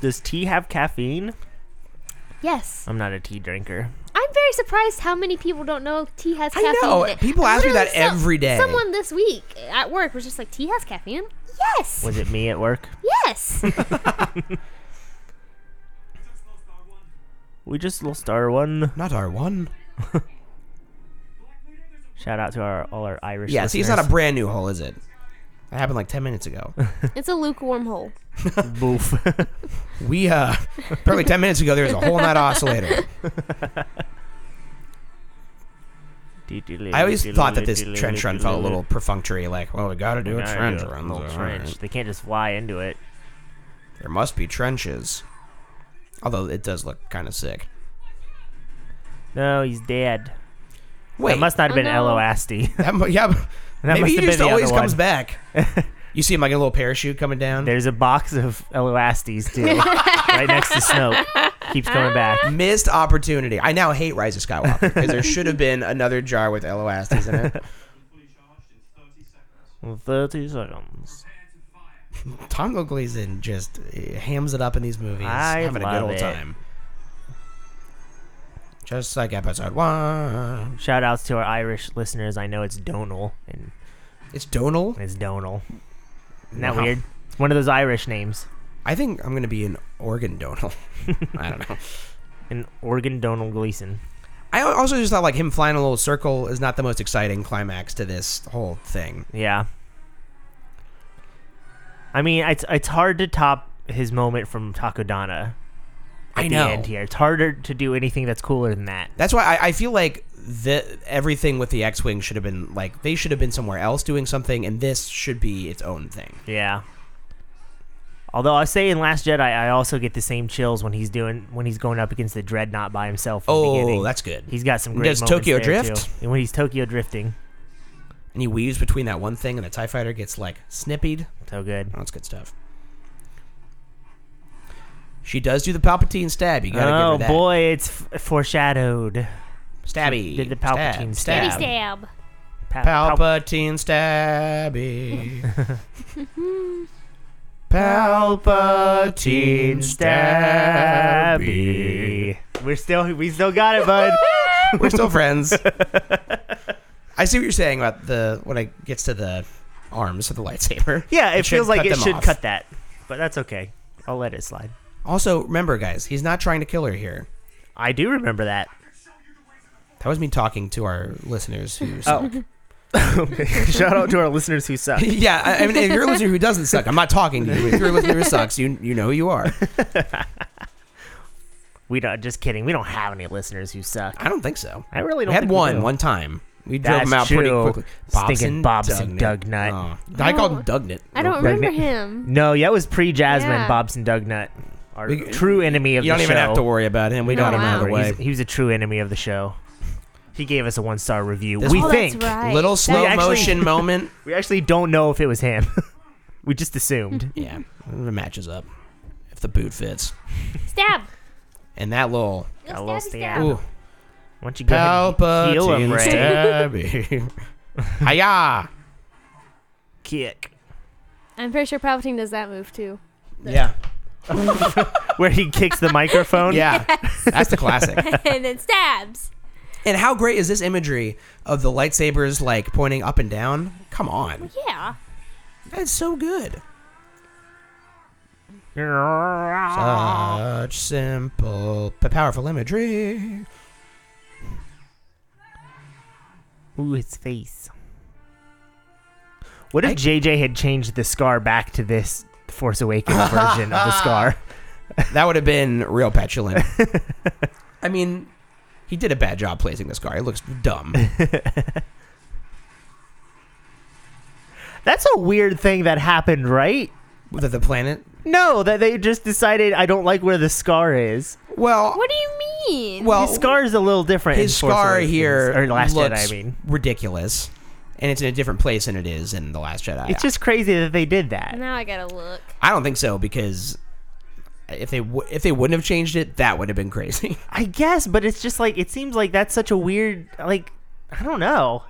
Speaker 4: does tea have caffeine
Speaker 5: yes,
Speaker 4: I'm not a tea drinker
Speaker 5: I'm very surprised how many people don't know tea has
Speaker 3: I
Speaker 5: caffeine.
Speaker 3: know.
Speaker 5: in it.
Speaker 3: People ask me
Speaker 5: Literally
Speaker 3: that every day.
Speaker 5: Someone this week at work was just like, "Tea has caffeine." Yes,
Speaker 4: was it me at work
Speaker 5: yes.
Speaker 4: we just lost our one
Speaker 3: Not R1.
Speaker 4: shout Shout out to our all our Irish.
Speaker 3: Yeah, see, it's not a
Speaker 4: listeners.
Speaker 3: brand new hole, is it? That happened like ten minutes ago.
Speaker 5: It's a lukewarm hole.
Speaker 4: boof.
Speaker 3: We uh, probably ten minutes ago there was a whole nut oscillator. I always thought that this trench run felt a little perfunctory, like, well, we gotta do a
Speaker 4: Gotta do
Speaker 3: trench
Speaker 4: a
Speaker 3: run.
Speaker 4: little
Speaker 3: all
Speaker 4: trench.
Speaker 3: right.
Speaker 4: They can't just fly into it.
Speaker 3: There must be trenches. Although it does look kind of sick.
Speaker 4: No, he's dead.
Speaker 3: Wait,
Speaker 4: That must not have
Speaker 5: Oh,
Speaker 4: been
Speaker 5: no.
Speaker 4: Eloasti.
Speaker 3: that mu- yeah, maybe
Speaker 4: must
Speaker 3: he
Speaker 4: have
Speaker 3: just
Speaker 4: been the
Speaker 3: always
Speaker 4: other
Speaker 3: comes
Speaker 4: one.
Speaker 3: back. you see him like in a little parachute coming down.
Speaker 4: There's a box of Eloastis too, right next to Snoke. Keeps coming back.
Speaker 5: Ah.
Speaker 3: Missed opportunity. I now hate Rise of Skywalker because there should have been another jar with Eloastis in it.
Speaker 4: Thirty seconds.
Speaker 3: Tongo Gleason just uh, hams it up in these movies,
Speaker 4: I
Speaker 3: having a
Speaker 4: love
Speaker 3: good old
Speaker 4: it.
Speaker 3: time. Just like episode one.
Speaker 4: Shout outs to our Irish listeners. I know it's Donal and
Speaker 3: It's Donal.
Speaker 4: it's Donal. Isn't that
Speaker 3: Wow.
Speaker 4: weird? It's one of those Irish names.
Speaker 3: I think I'm gonna be an organ Donal. I don't know.
Speaker 4: An Oregon Donal Gleason.
Speaker 3: I al- also just thought like him flying a little circle is not the most exciting climax to this whole thing.
Speaker 4: Yeah. I mean, it's it's hard to top his moment from Takodana.
Speaker 3: I
Speaker 4: At The end here, it's harder to do anything that's cooler than that.
Speaker 3: That's why I, I feel like the everything with the X-wing should have been like they should have been somewhere else doing something, and this should be its own thing.
Speaker 4: Yeah. Although I say in Last Jedi, I also get the same chills when he's doing when he's going up against the Dreadnought by himself. in the
Speaker 3: Oh,
Speaker 4: beginning.
Speaker 3: that's good.
Speaker 4: He's got some
Speaker 3: He
Speaker 4: great
Speaker 3: does
Speaker 4: moments
Speaker 3: Tokyo
Speaker 4: there,
Speaker 3: Drift?
Speaker 4: too. And when he's Tokyo drifting,
Speaker 3: and he weaves between that one thing, and the Tie Fighter gets like snippied.
Speaker 4: so good.
Speaker 3: Oh, that's good stuff. She does do the Palpatine stab. You gotta
Speaker 4: Oh
Speaker 3: give her that.
Speaker 4: boy, it's f- foreshadowed.
Speaker 3: Stabby.
Speaker 4: Did the Palpatine
Speaker 3: stab.
Speaker 5: Stabby
Speaker 3: stab.
Speaker 5: stab.
Speaker 4: Pa- pal-
Speaker 3: Palpatine stabby. Palpatine stabby.
Speaker 4: We're still we still got it, bud.
Speaker 3: We're still friends. I see what you're saying about the when it gets to the arms of the lightsaber.
Speaker 4: yeah, it,
Speaker 3: should
Speaker 4: feels like
Speaker 3: cut
Speaker 4: it
Speaker 3: them
Speaker 4: should
Speaker 3: off.
Speaker 4: cut that, but that's okay. I'll let it slide.
Speaker 3: Also, remember, guys, he's not trying to kill her here.
Speaker 4: I do remember that.
Speaker 3: That was me talking to our listeners who.
Speaker 4: Oh. Shout out to our listeners who suck.
Speaker 3: yeah, I, I mean, if you're a listener who doesn't suck, I'm not talking to you. If you're a listener who sucks, you you know who you are.
Speaker 4: We don't. Just kidding. We don't have any listeners who suck.
Speaker 3: I don't think so.
Speaker 4: I really
Speaker 3: We
Speaker 4: don't.
Speaker 3: had
Speaker 4: think we
Speaker 3: one
Speaker 4: do.
Speaker 3: one time. We drove
Speaker 4: That's
Speaker 3: him out pretty
Speaker 4: true.
Speaker 3: quickly.
Speaker 4: Stinking Bob's and
Speaker 3: Oh.
Speaker 4: Dugnut.
Speaker 3: I called him Dugnut.
Speaker 5: I don't
Speaker 4: Right
Speaker 5: remember
Speaker 4: ne-
Speaker 5: him.
Speaker 4: No, yeah, it was pre Jasmine
Speaker 5: Yeah.
Speaker 4: Bobson Dugnut, our
Speaker 3: We-
Speaker 4: true enemy of
Speaker 3: You
Speaker 4: the
Speaker 3: don't
Speaker 4: show.
Speaker 3: even have to worry about him. We got him
Speaker 5: No,
Speaker 3: out of the
Speaker 5: wow.
Speaker 3: way.
Speaker 4: He's- He was a true enemy of the show. He gave us a one star review.
Speaker 3: This
Speaker 4: we
Speaker 3: was-
Speaker 5: Oh,
Speaker 4: think
Speaker 5: that's right.
Speaker 3: Little
Speaker 5: That-
Speaker 3: slow
Speaker 4: actually-
Speaker 3: motion moment.
Speaker 4: we actually don't know if it was him. we just assumed.
Speaker 3: Yeah, it matches up if the boot fits.
Speaker 5: Stab.
Speaker 3: And that little
Speaker 4: Got a little
Speaker 5: Stabby
Speaker 4: stab.
Speaker 5: stab.
Speaker 3: ooh,
Speaker 4: Why don't you go ahead and heal him, Ray?
Speaker 3: stabby. Hiya!
Speaker 4: Kick.
Speaker 5: I'm pretty sure Palpatine does that move too.
Speaker 3: Yeah,
Speaker 4: Where he kicks the microphone.
Speaker 3: yeah. That's the classic.
Speaker 5: and then stabs.
Speaker 3: And how great is this imagery of the lightsabers like pointing up and down? Come on.
Speaker 5: Yeah.
Speaker 3: That's so good. Such simple but powerful imagery.
Speaker 4: Ooh, his face. What if
Speaker 3: I-
Speaker 4: JJ had changed the scar back to this Force Awakens version of the scar?
Speaker 3: That would have been real petulant. I mean, he did a bad job placing this car. It looks dumb.
Speaker 4: That's a weird thing that happened, right?
Speaker 3: With the planet.
Speaker 4: No, that they just decided I don't like where the scar is.
Speaker 3: Well,
Speaker 5: What do you mean?
Speaker 3: well,
Speaker 4: His scar is a little different.
Speaker 3: Oh, his
Speaker 4: in Force
Speaker 3: scar
Speaker 4: Awakens,
Speaker 3: here
Speaker 4: or Last
Speaker 3: looks
Speaker 4: Jedi, I mean.
Speaker 3: ridiculous, and it's in a different place than it is in the Last Jedi.
Speaker 4: It's just crazy that they did that.
Speaker 5: now I gotta look.
Speaker 3: I don't think so because if they w- if they wouldn't have changed it, that would have been crazy.
Speaker 4: I guess, but it's just like it seems like that's such a weird like I don't know.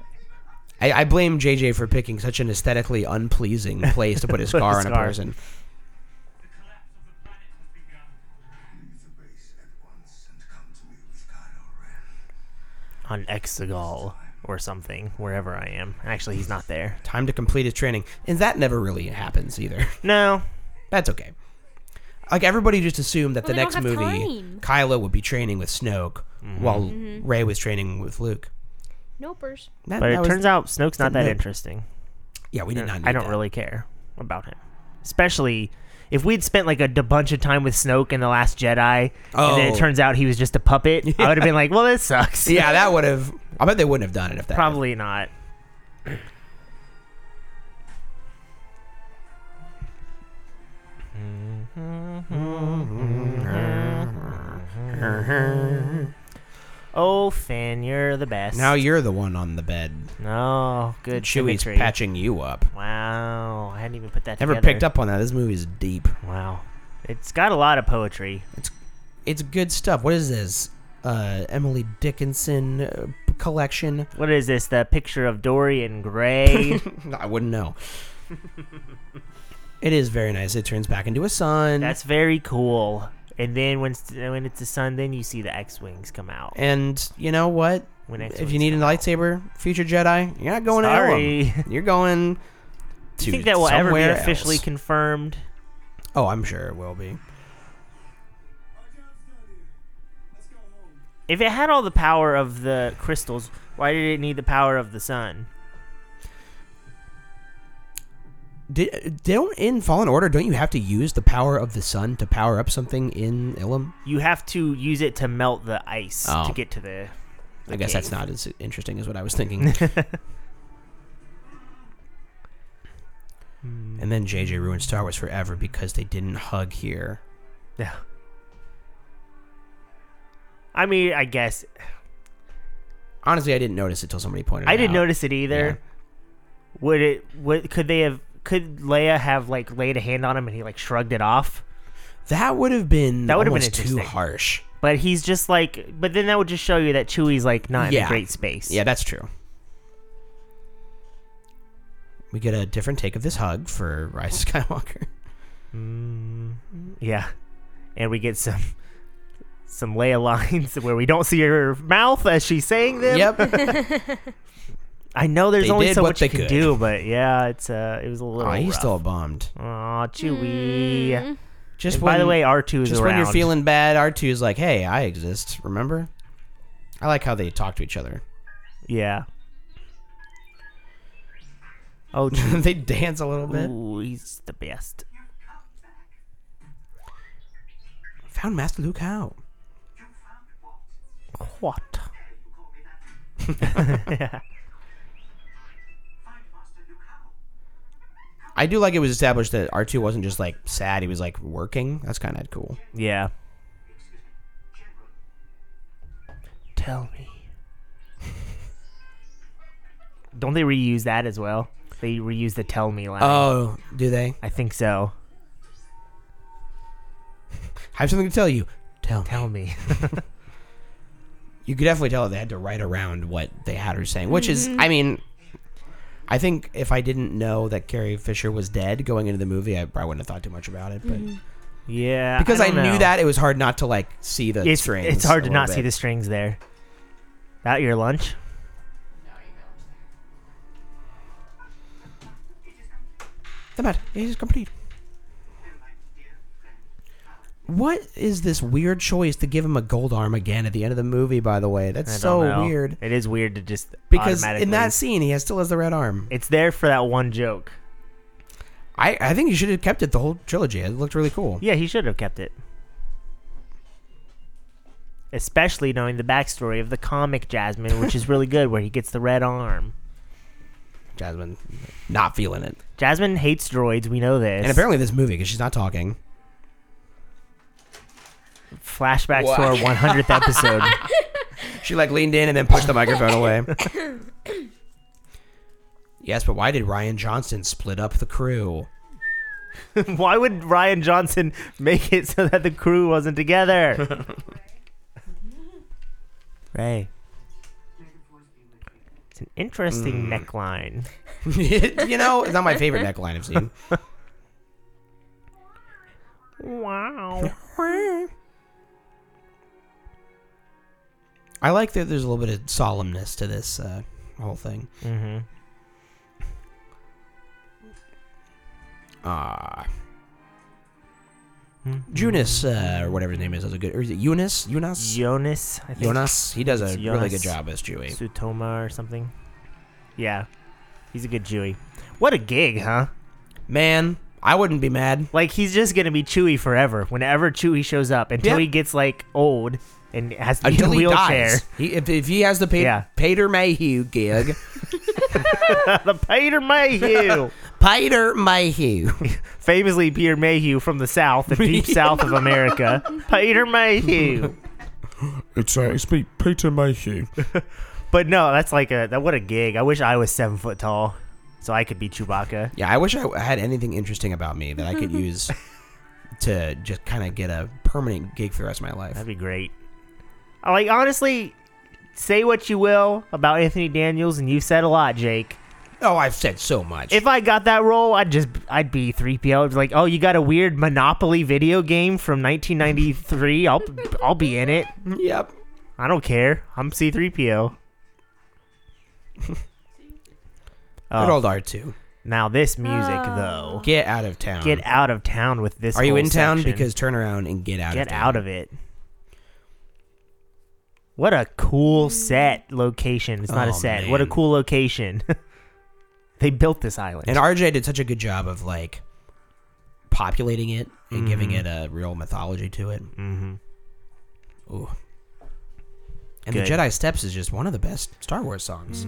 Speaker 3: I, I blame JJ for picking such an aesthetically unpleasing place to put his
Speaker 4: Put
Speaker 3: scar
Speaker 4: his
Speaker 3: on a
Speaker 4: scar.
Speaker 3: person.
Speaker 6: Leave the base at once and come to me with Kylo Ren.
Speaker 4: On Exegol or something, wherever I am. Actually, he's not there.
Speaker 3: Time to complete his training, and that never really happens either.
Speaker 4: No.
Speaker 3: That's okay. Like everybody just assumed that
Speaker 5: Well,
Speaker 3: the
Speaker 5: they
Speaker 3: next
Speaker 5: don't have
Speaker 3: movie,
Speaker 5: time.
Speaker 4: Mm-hmm.
Speaker 5: Mm-hmm.
Speaker 3: Kylo would be training with Snoke while Ray was training with Luke.
Speaker 5: Nopers.
Speaker 3: That,
Speaker 4: But
Speaker 3: that
Speaker 4: it
Speaker 3: was-
Speaker 4: turns out Snoke's not that
Speaker 3: no.
Speaker 4: interesting.
Speaker 3: yeah, we did not.
Speaker 4: I
Speaker 3: need
Speaker 4: don't
Speaker 3: that.
Speaker 4: really care about him, especially if we'd spent like a d- bunch of time with Snoke in the Last Jedi, and then
Speaker 3: Oh.
Speaker 4: it turns out he was just a puppet. I would have been like, well, this sucks.
Speaker 3: Yeah, that would have. I bet they wouldn't have done it if that.
Speaker 4: Probably not. Oh, Finn, you're the best.
Speaker 3: Now you're the one on the bed.
Speaker 4: oh, good
Speaker 3: Chewie's
Speaker 4: symmetry.
Speaker 3: patching you up.
Speaker 4: Wow, I hadn't even put that
Speaker 3: Never
Speaker 4: together.
Speaker 3: picked up on that. This movie's deep.
Speaker 4: Wow, it's got a lot of poetry.
Speaker 3: It's it's good stuff. What is this? Uh, Emily Dickinson uh, p- collection?
Speaker 4: What is this? The picture of Dorian Gray.
Speaker 3: I wouldn't know. it is very nice. It turns back into a sun.
Speaker 4: That's very cool. And then when s- when it's the sun, then you see the X wings come out.
Speaker 3: and you know what?
Speaker 4: When
Speaker 3: if
Speaker 4: X-Wings
Speaker 3: you need a
Speaker 4: come out.
Speaker 3: lightsaber, future Jedi, you're not going to
Speaker 4: Sorry.
Speaker 3: Elm. You're going to
Speaker 4: Do you think that will ever be
Speaker 3: somewhere
Speaker 4: officially
Speaker 3: else.
Speaker 4: confirmed?
Speaker 3: oh, I'm sure it will be.
Speaker 4: If it had all the power of the crystals, why did it need the power of the sun?
Speaker 3: Did, don't in Fallen Order, don't you have to use the power of the sun to power up something in Ilum?
Speaker 4: You have to use it to melt the ice
Speaker 3: Oh.
Speaker 4: to get to the.
Speaker 3: I guess that's not as interesting as what I was thinking. and then JJ ruined Star Wars forever because they didn't hug here.
Speaker 4: Yeah. I mean, I guess
Speaker 3: Honestly, I didn't notice it till somebody pointed.
Speaker 4: I
Speaker 3: it
Speaker 4: didn't
Speaker 3: out.
Speaker 4: notice it either. Would it? Would could they have? Could Leia have like laid a hand on him and he like shrugged it off?
Speaker 3: That would have been
Speaker 4: That
Speaker 3: that would
Speaker 4: would have been
Speaker 3: have been too
Speaker 4: interesting.
Speaker 3: harsh.
Speaker 4: But he's just like. But then that would just show you that Chewie's like not in
Speaker 3: Yeah.
Speaker 4: a great space.
Speaker 3: Yeah, that's true. We get a different take of this hug for Rise of Skywalker.
Speaker 4: Yeah. And we get some some Leia lines where we don't see her mouth as she's saying them.
Speaker 3: yep.
Speaker 4: I know there's
Speaker 3: They
Speaker 4: only
Speaker 3: did
Speaker 4: so
Speaker 3: what
Speaker 4: much
Speaker 3: they
Speaker 4: you can
Speaker 3: could.
Speaker 4: do, but yeah, it's uh, it was a little.
Speaker 3: Aw, he's
Speaker 4: rough.
Speaker 3: still bombed.
Speaker 4: Aw, Chewie.
Speaker 3: Just
Speaker 4: And by the
Speaker 3: when-
Speaker 4: way, R two is
Speaker 3: just
Speaker 4: around.
Speaker 3: when you're feeling bad, R2 is like, hey, I exist, remember? I like how they talk to each other.
Speaker 4: Yeah. Oh, Chewie,
Speaker 3: they dance a little bit.
Speaker 4: ooh, he's the best.
Speaker 3: Found Master Luke how?
Speaker 4: What?
Speaker 3: I do like it was established that R2 wasn't just like sad, he was like working. That's kind of cool.
Speaker 4: Yeah. Tell me. Don't they reuse that as well? They reuse the "tell me" line.
Speaker 3: Oh, do they?
Speaker 4: I think so.
Speaker 3: I have something to tell you. Tell me.
Speaker 4: Tell me.
Speaker 3: You could definitely tell that they had to write around what they had her saying, which is,
Speaker 4: Mm-hmm.
Speaker 3: I mean, I think if I didn't know that Carrie Fisher was dead going into the movie, I probably wouldn't have thought too much about it. But
Speaker 4: yeah.
Speaker 3: because I,
Speaker 4: Mm-hmm. don't
Speaker 3: knew
Speaker 4: know.
Speaker 3: that, it was hard not to like see the
Speaker 4: it's
Speaker 3: strings.
Speaker 4: it's hard
Speaker 3: a
Speaker 4: to not
Speaker 3: little
Speaker 4: see
Speaker 3: bit.
Speaker 4: the strings there. That your lunch?
Speaker 3: The mat is complete. What is this weird choice to give him a gold arm again at the end of the movie? By the way, that's
Speaker 4: I don't
Speaker 3: so
Speaker 4: know.
Speaker 3: weird.
Speaker 4: It is weird to just
Speaker 3: Because in
Speaker 4: automatically-
Speaker 3: that scene, he has, still has the red arm.
Speaker 4: it's there for that one joke.
Speaker 3: I, I think he should have kept it the whole trilogy. It looked really cool.
Speaker 4: Yeah, he should have kept it. Especially knowing the backstory of the comic Jasmine, which is really good, where he gets the red arm.
Speaker 3: Jasmine, not feeling it.
Speaker 4: Jasmine hates droids. We know this.
Speaker 3: And apparently, this movie because she's not talking.
Speaker 4: flashbacks to our 100th episode.
Speaker 3: She like leaned in and then pushed the microphone away. yes, but why did Ryan Johnson split up the crew?
Speaker 4: Why would Ryan Johnson make it so that the crew wasn't together? Ray. It's an interesting
Speaker 3: Mm.
Speaker 4: neckline.
Speaker 3: you know, it's not my favorite neckline I've seen.
Speaker 4: Wow.
Speaker 3: I like that there's a little bit of solemnness to this uh, whole thing.
Speaker 4: mm-hmm.
Speaker 3: Ah,
Speaker 4: Hmm.
Speaker 3: Junus, uh, or whatever his name is, does a good. Or is it Eunice? Eunice?
Speaker 4: Jonas, I think.
Speaker 3: Jonas? He does a
Speaker 4: It's
Speaker 3: really good
Speaker 4: Jonas.
Speaker 3: job as Chewie.
Speaker 4: Sutoma or something. Yeah. He's a good Chewy. What a gig, huh?
Speaker 3: Man, I wouldn't be mad.
Speaker 4: Like he's just gonna be Chewy forever. Whenever Chewy shows up, until
Speaker 3: Yeah.
Speaker 4: he gets like old and has to be
Speaker 3: Until
Speaker 4: in a
Speaker 3: he
Speaker 4: wheelchair.
Speaker 3: dies. He, if, if he has the Pater,
Speaker 4: Yeah.
Speaker 3: Pater Mayhew gig,
Speaker 4: the Peter Mayhew,
Speaker 3: Pater Mayhew.
Speaker 4: famously Peter Mayhew from the South, the deep South of America. Peter Mayhew.
Speaker 8: It's uh, it's me, Peter Mayhew.
Speaker 4: But no, that's like a that what a gig. I wish I was seven foot tall, so I could be Chewbacca.
Speaker 3: Yeah, I wish I had anything interesting about me that I could use to just kind of get a permanent gig for the rest of my life.
Speaker 4: That'd be great. I Like honestly, say what you will about Anthony Daniels, and you've said a lot, Jake.
Speaker 3: Oh, I've said so much.
Speaker 4: If I got that role, I'd just I'd be three PO. It's like, oh, you got a weird Monopoly video game from 1993. I'll I'll be in it.
Speaker 3: yep.
Speaker 4: I don't care. I'm C3PO. Oh.
Speaker 3: Good old R2.
Speaker 4: Now this music though,
Speaker 3: Get out of town.
Speaker 4: get out of town with this.
Speaker 3: Are you
Speaker 4: whole
Speaker 3: in town?
Speaker 4: section.
Speaker 3: Because turn around and get out of
Speaker 4: get
Speaker 3: town.
Speaker 4: out of it. What a
Speaker 3: Mm.
Speaker 4: cool set location. It's not
Speaker 3: Oh,
Speaker 4: a set. What a
Speaker 3: man.
Speaker 4: cool location. they built this island.
Speaker 3: And RJ did such a good job of like populating it and giving
Speaker 4: Mm-hmm.
Speaker 3: it a real mythology to it. Mm-hmm. Ooh. And the
Speaker 4: Good.
Speaker 3: Jedi Steps is just one of the best Star Wars songs.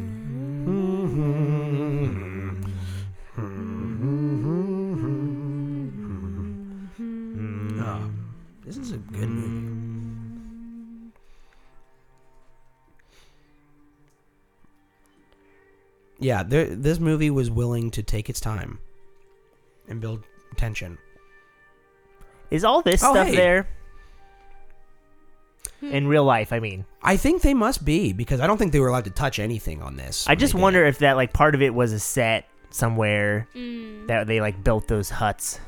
Speaker 3: Oh, this is a good movie. Yeah, there, this movie was willing to take its time and build tension.
Speaker 4: Is all this
Speaker 3: Oh,
Speaker 4: stuff
Speaker 3: hey. Hmm.
Speaker 4: there? In real life, I mean.
Speaker 3: I think they must be because I don't think they were allowed to touch anything on this.
Speaker 4: I
Speaker 3: when
Speaker 4: just
Speaker 3: they did
Speaker 4: wonder
Speaker 3: it.
Speaker 4: if that like part of it was a set somewhere that they like built those huts.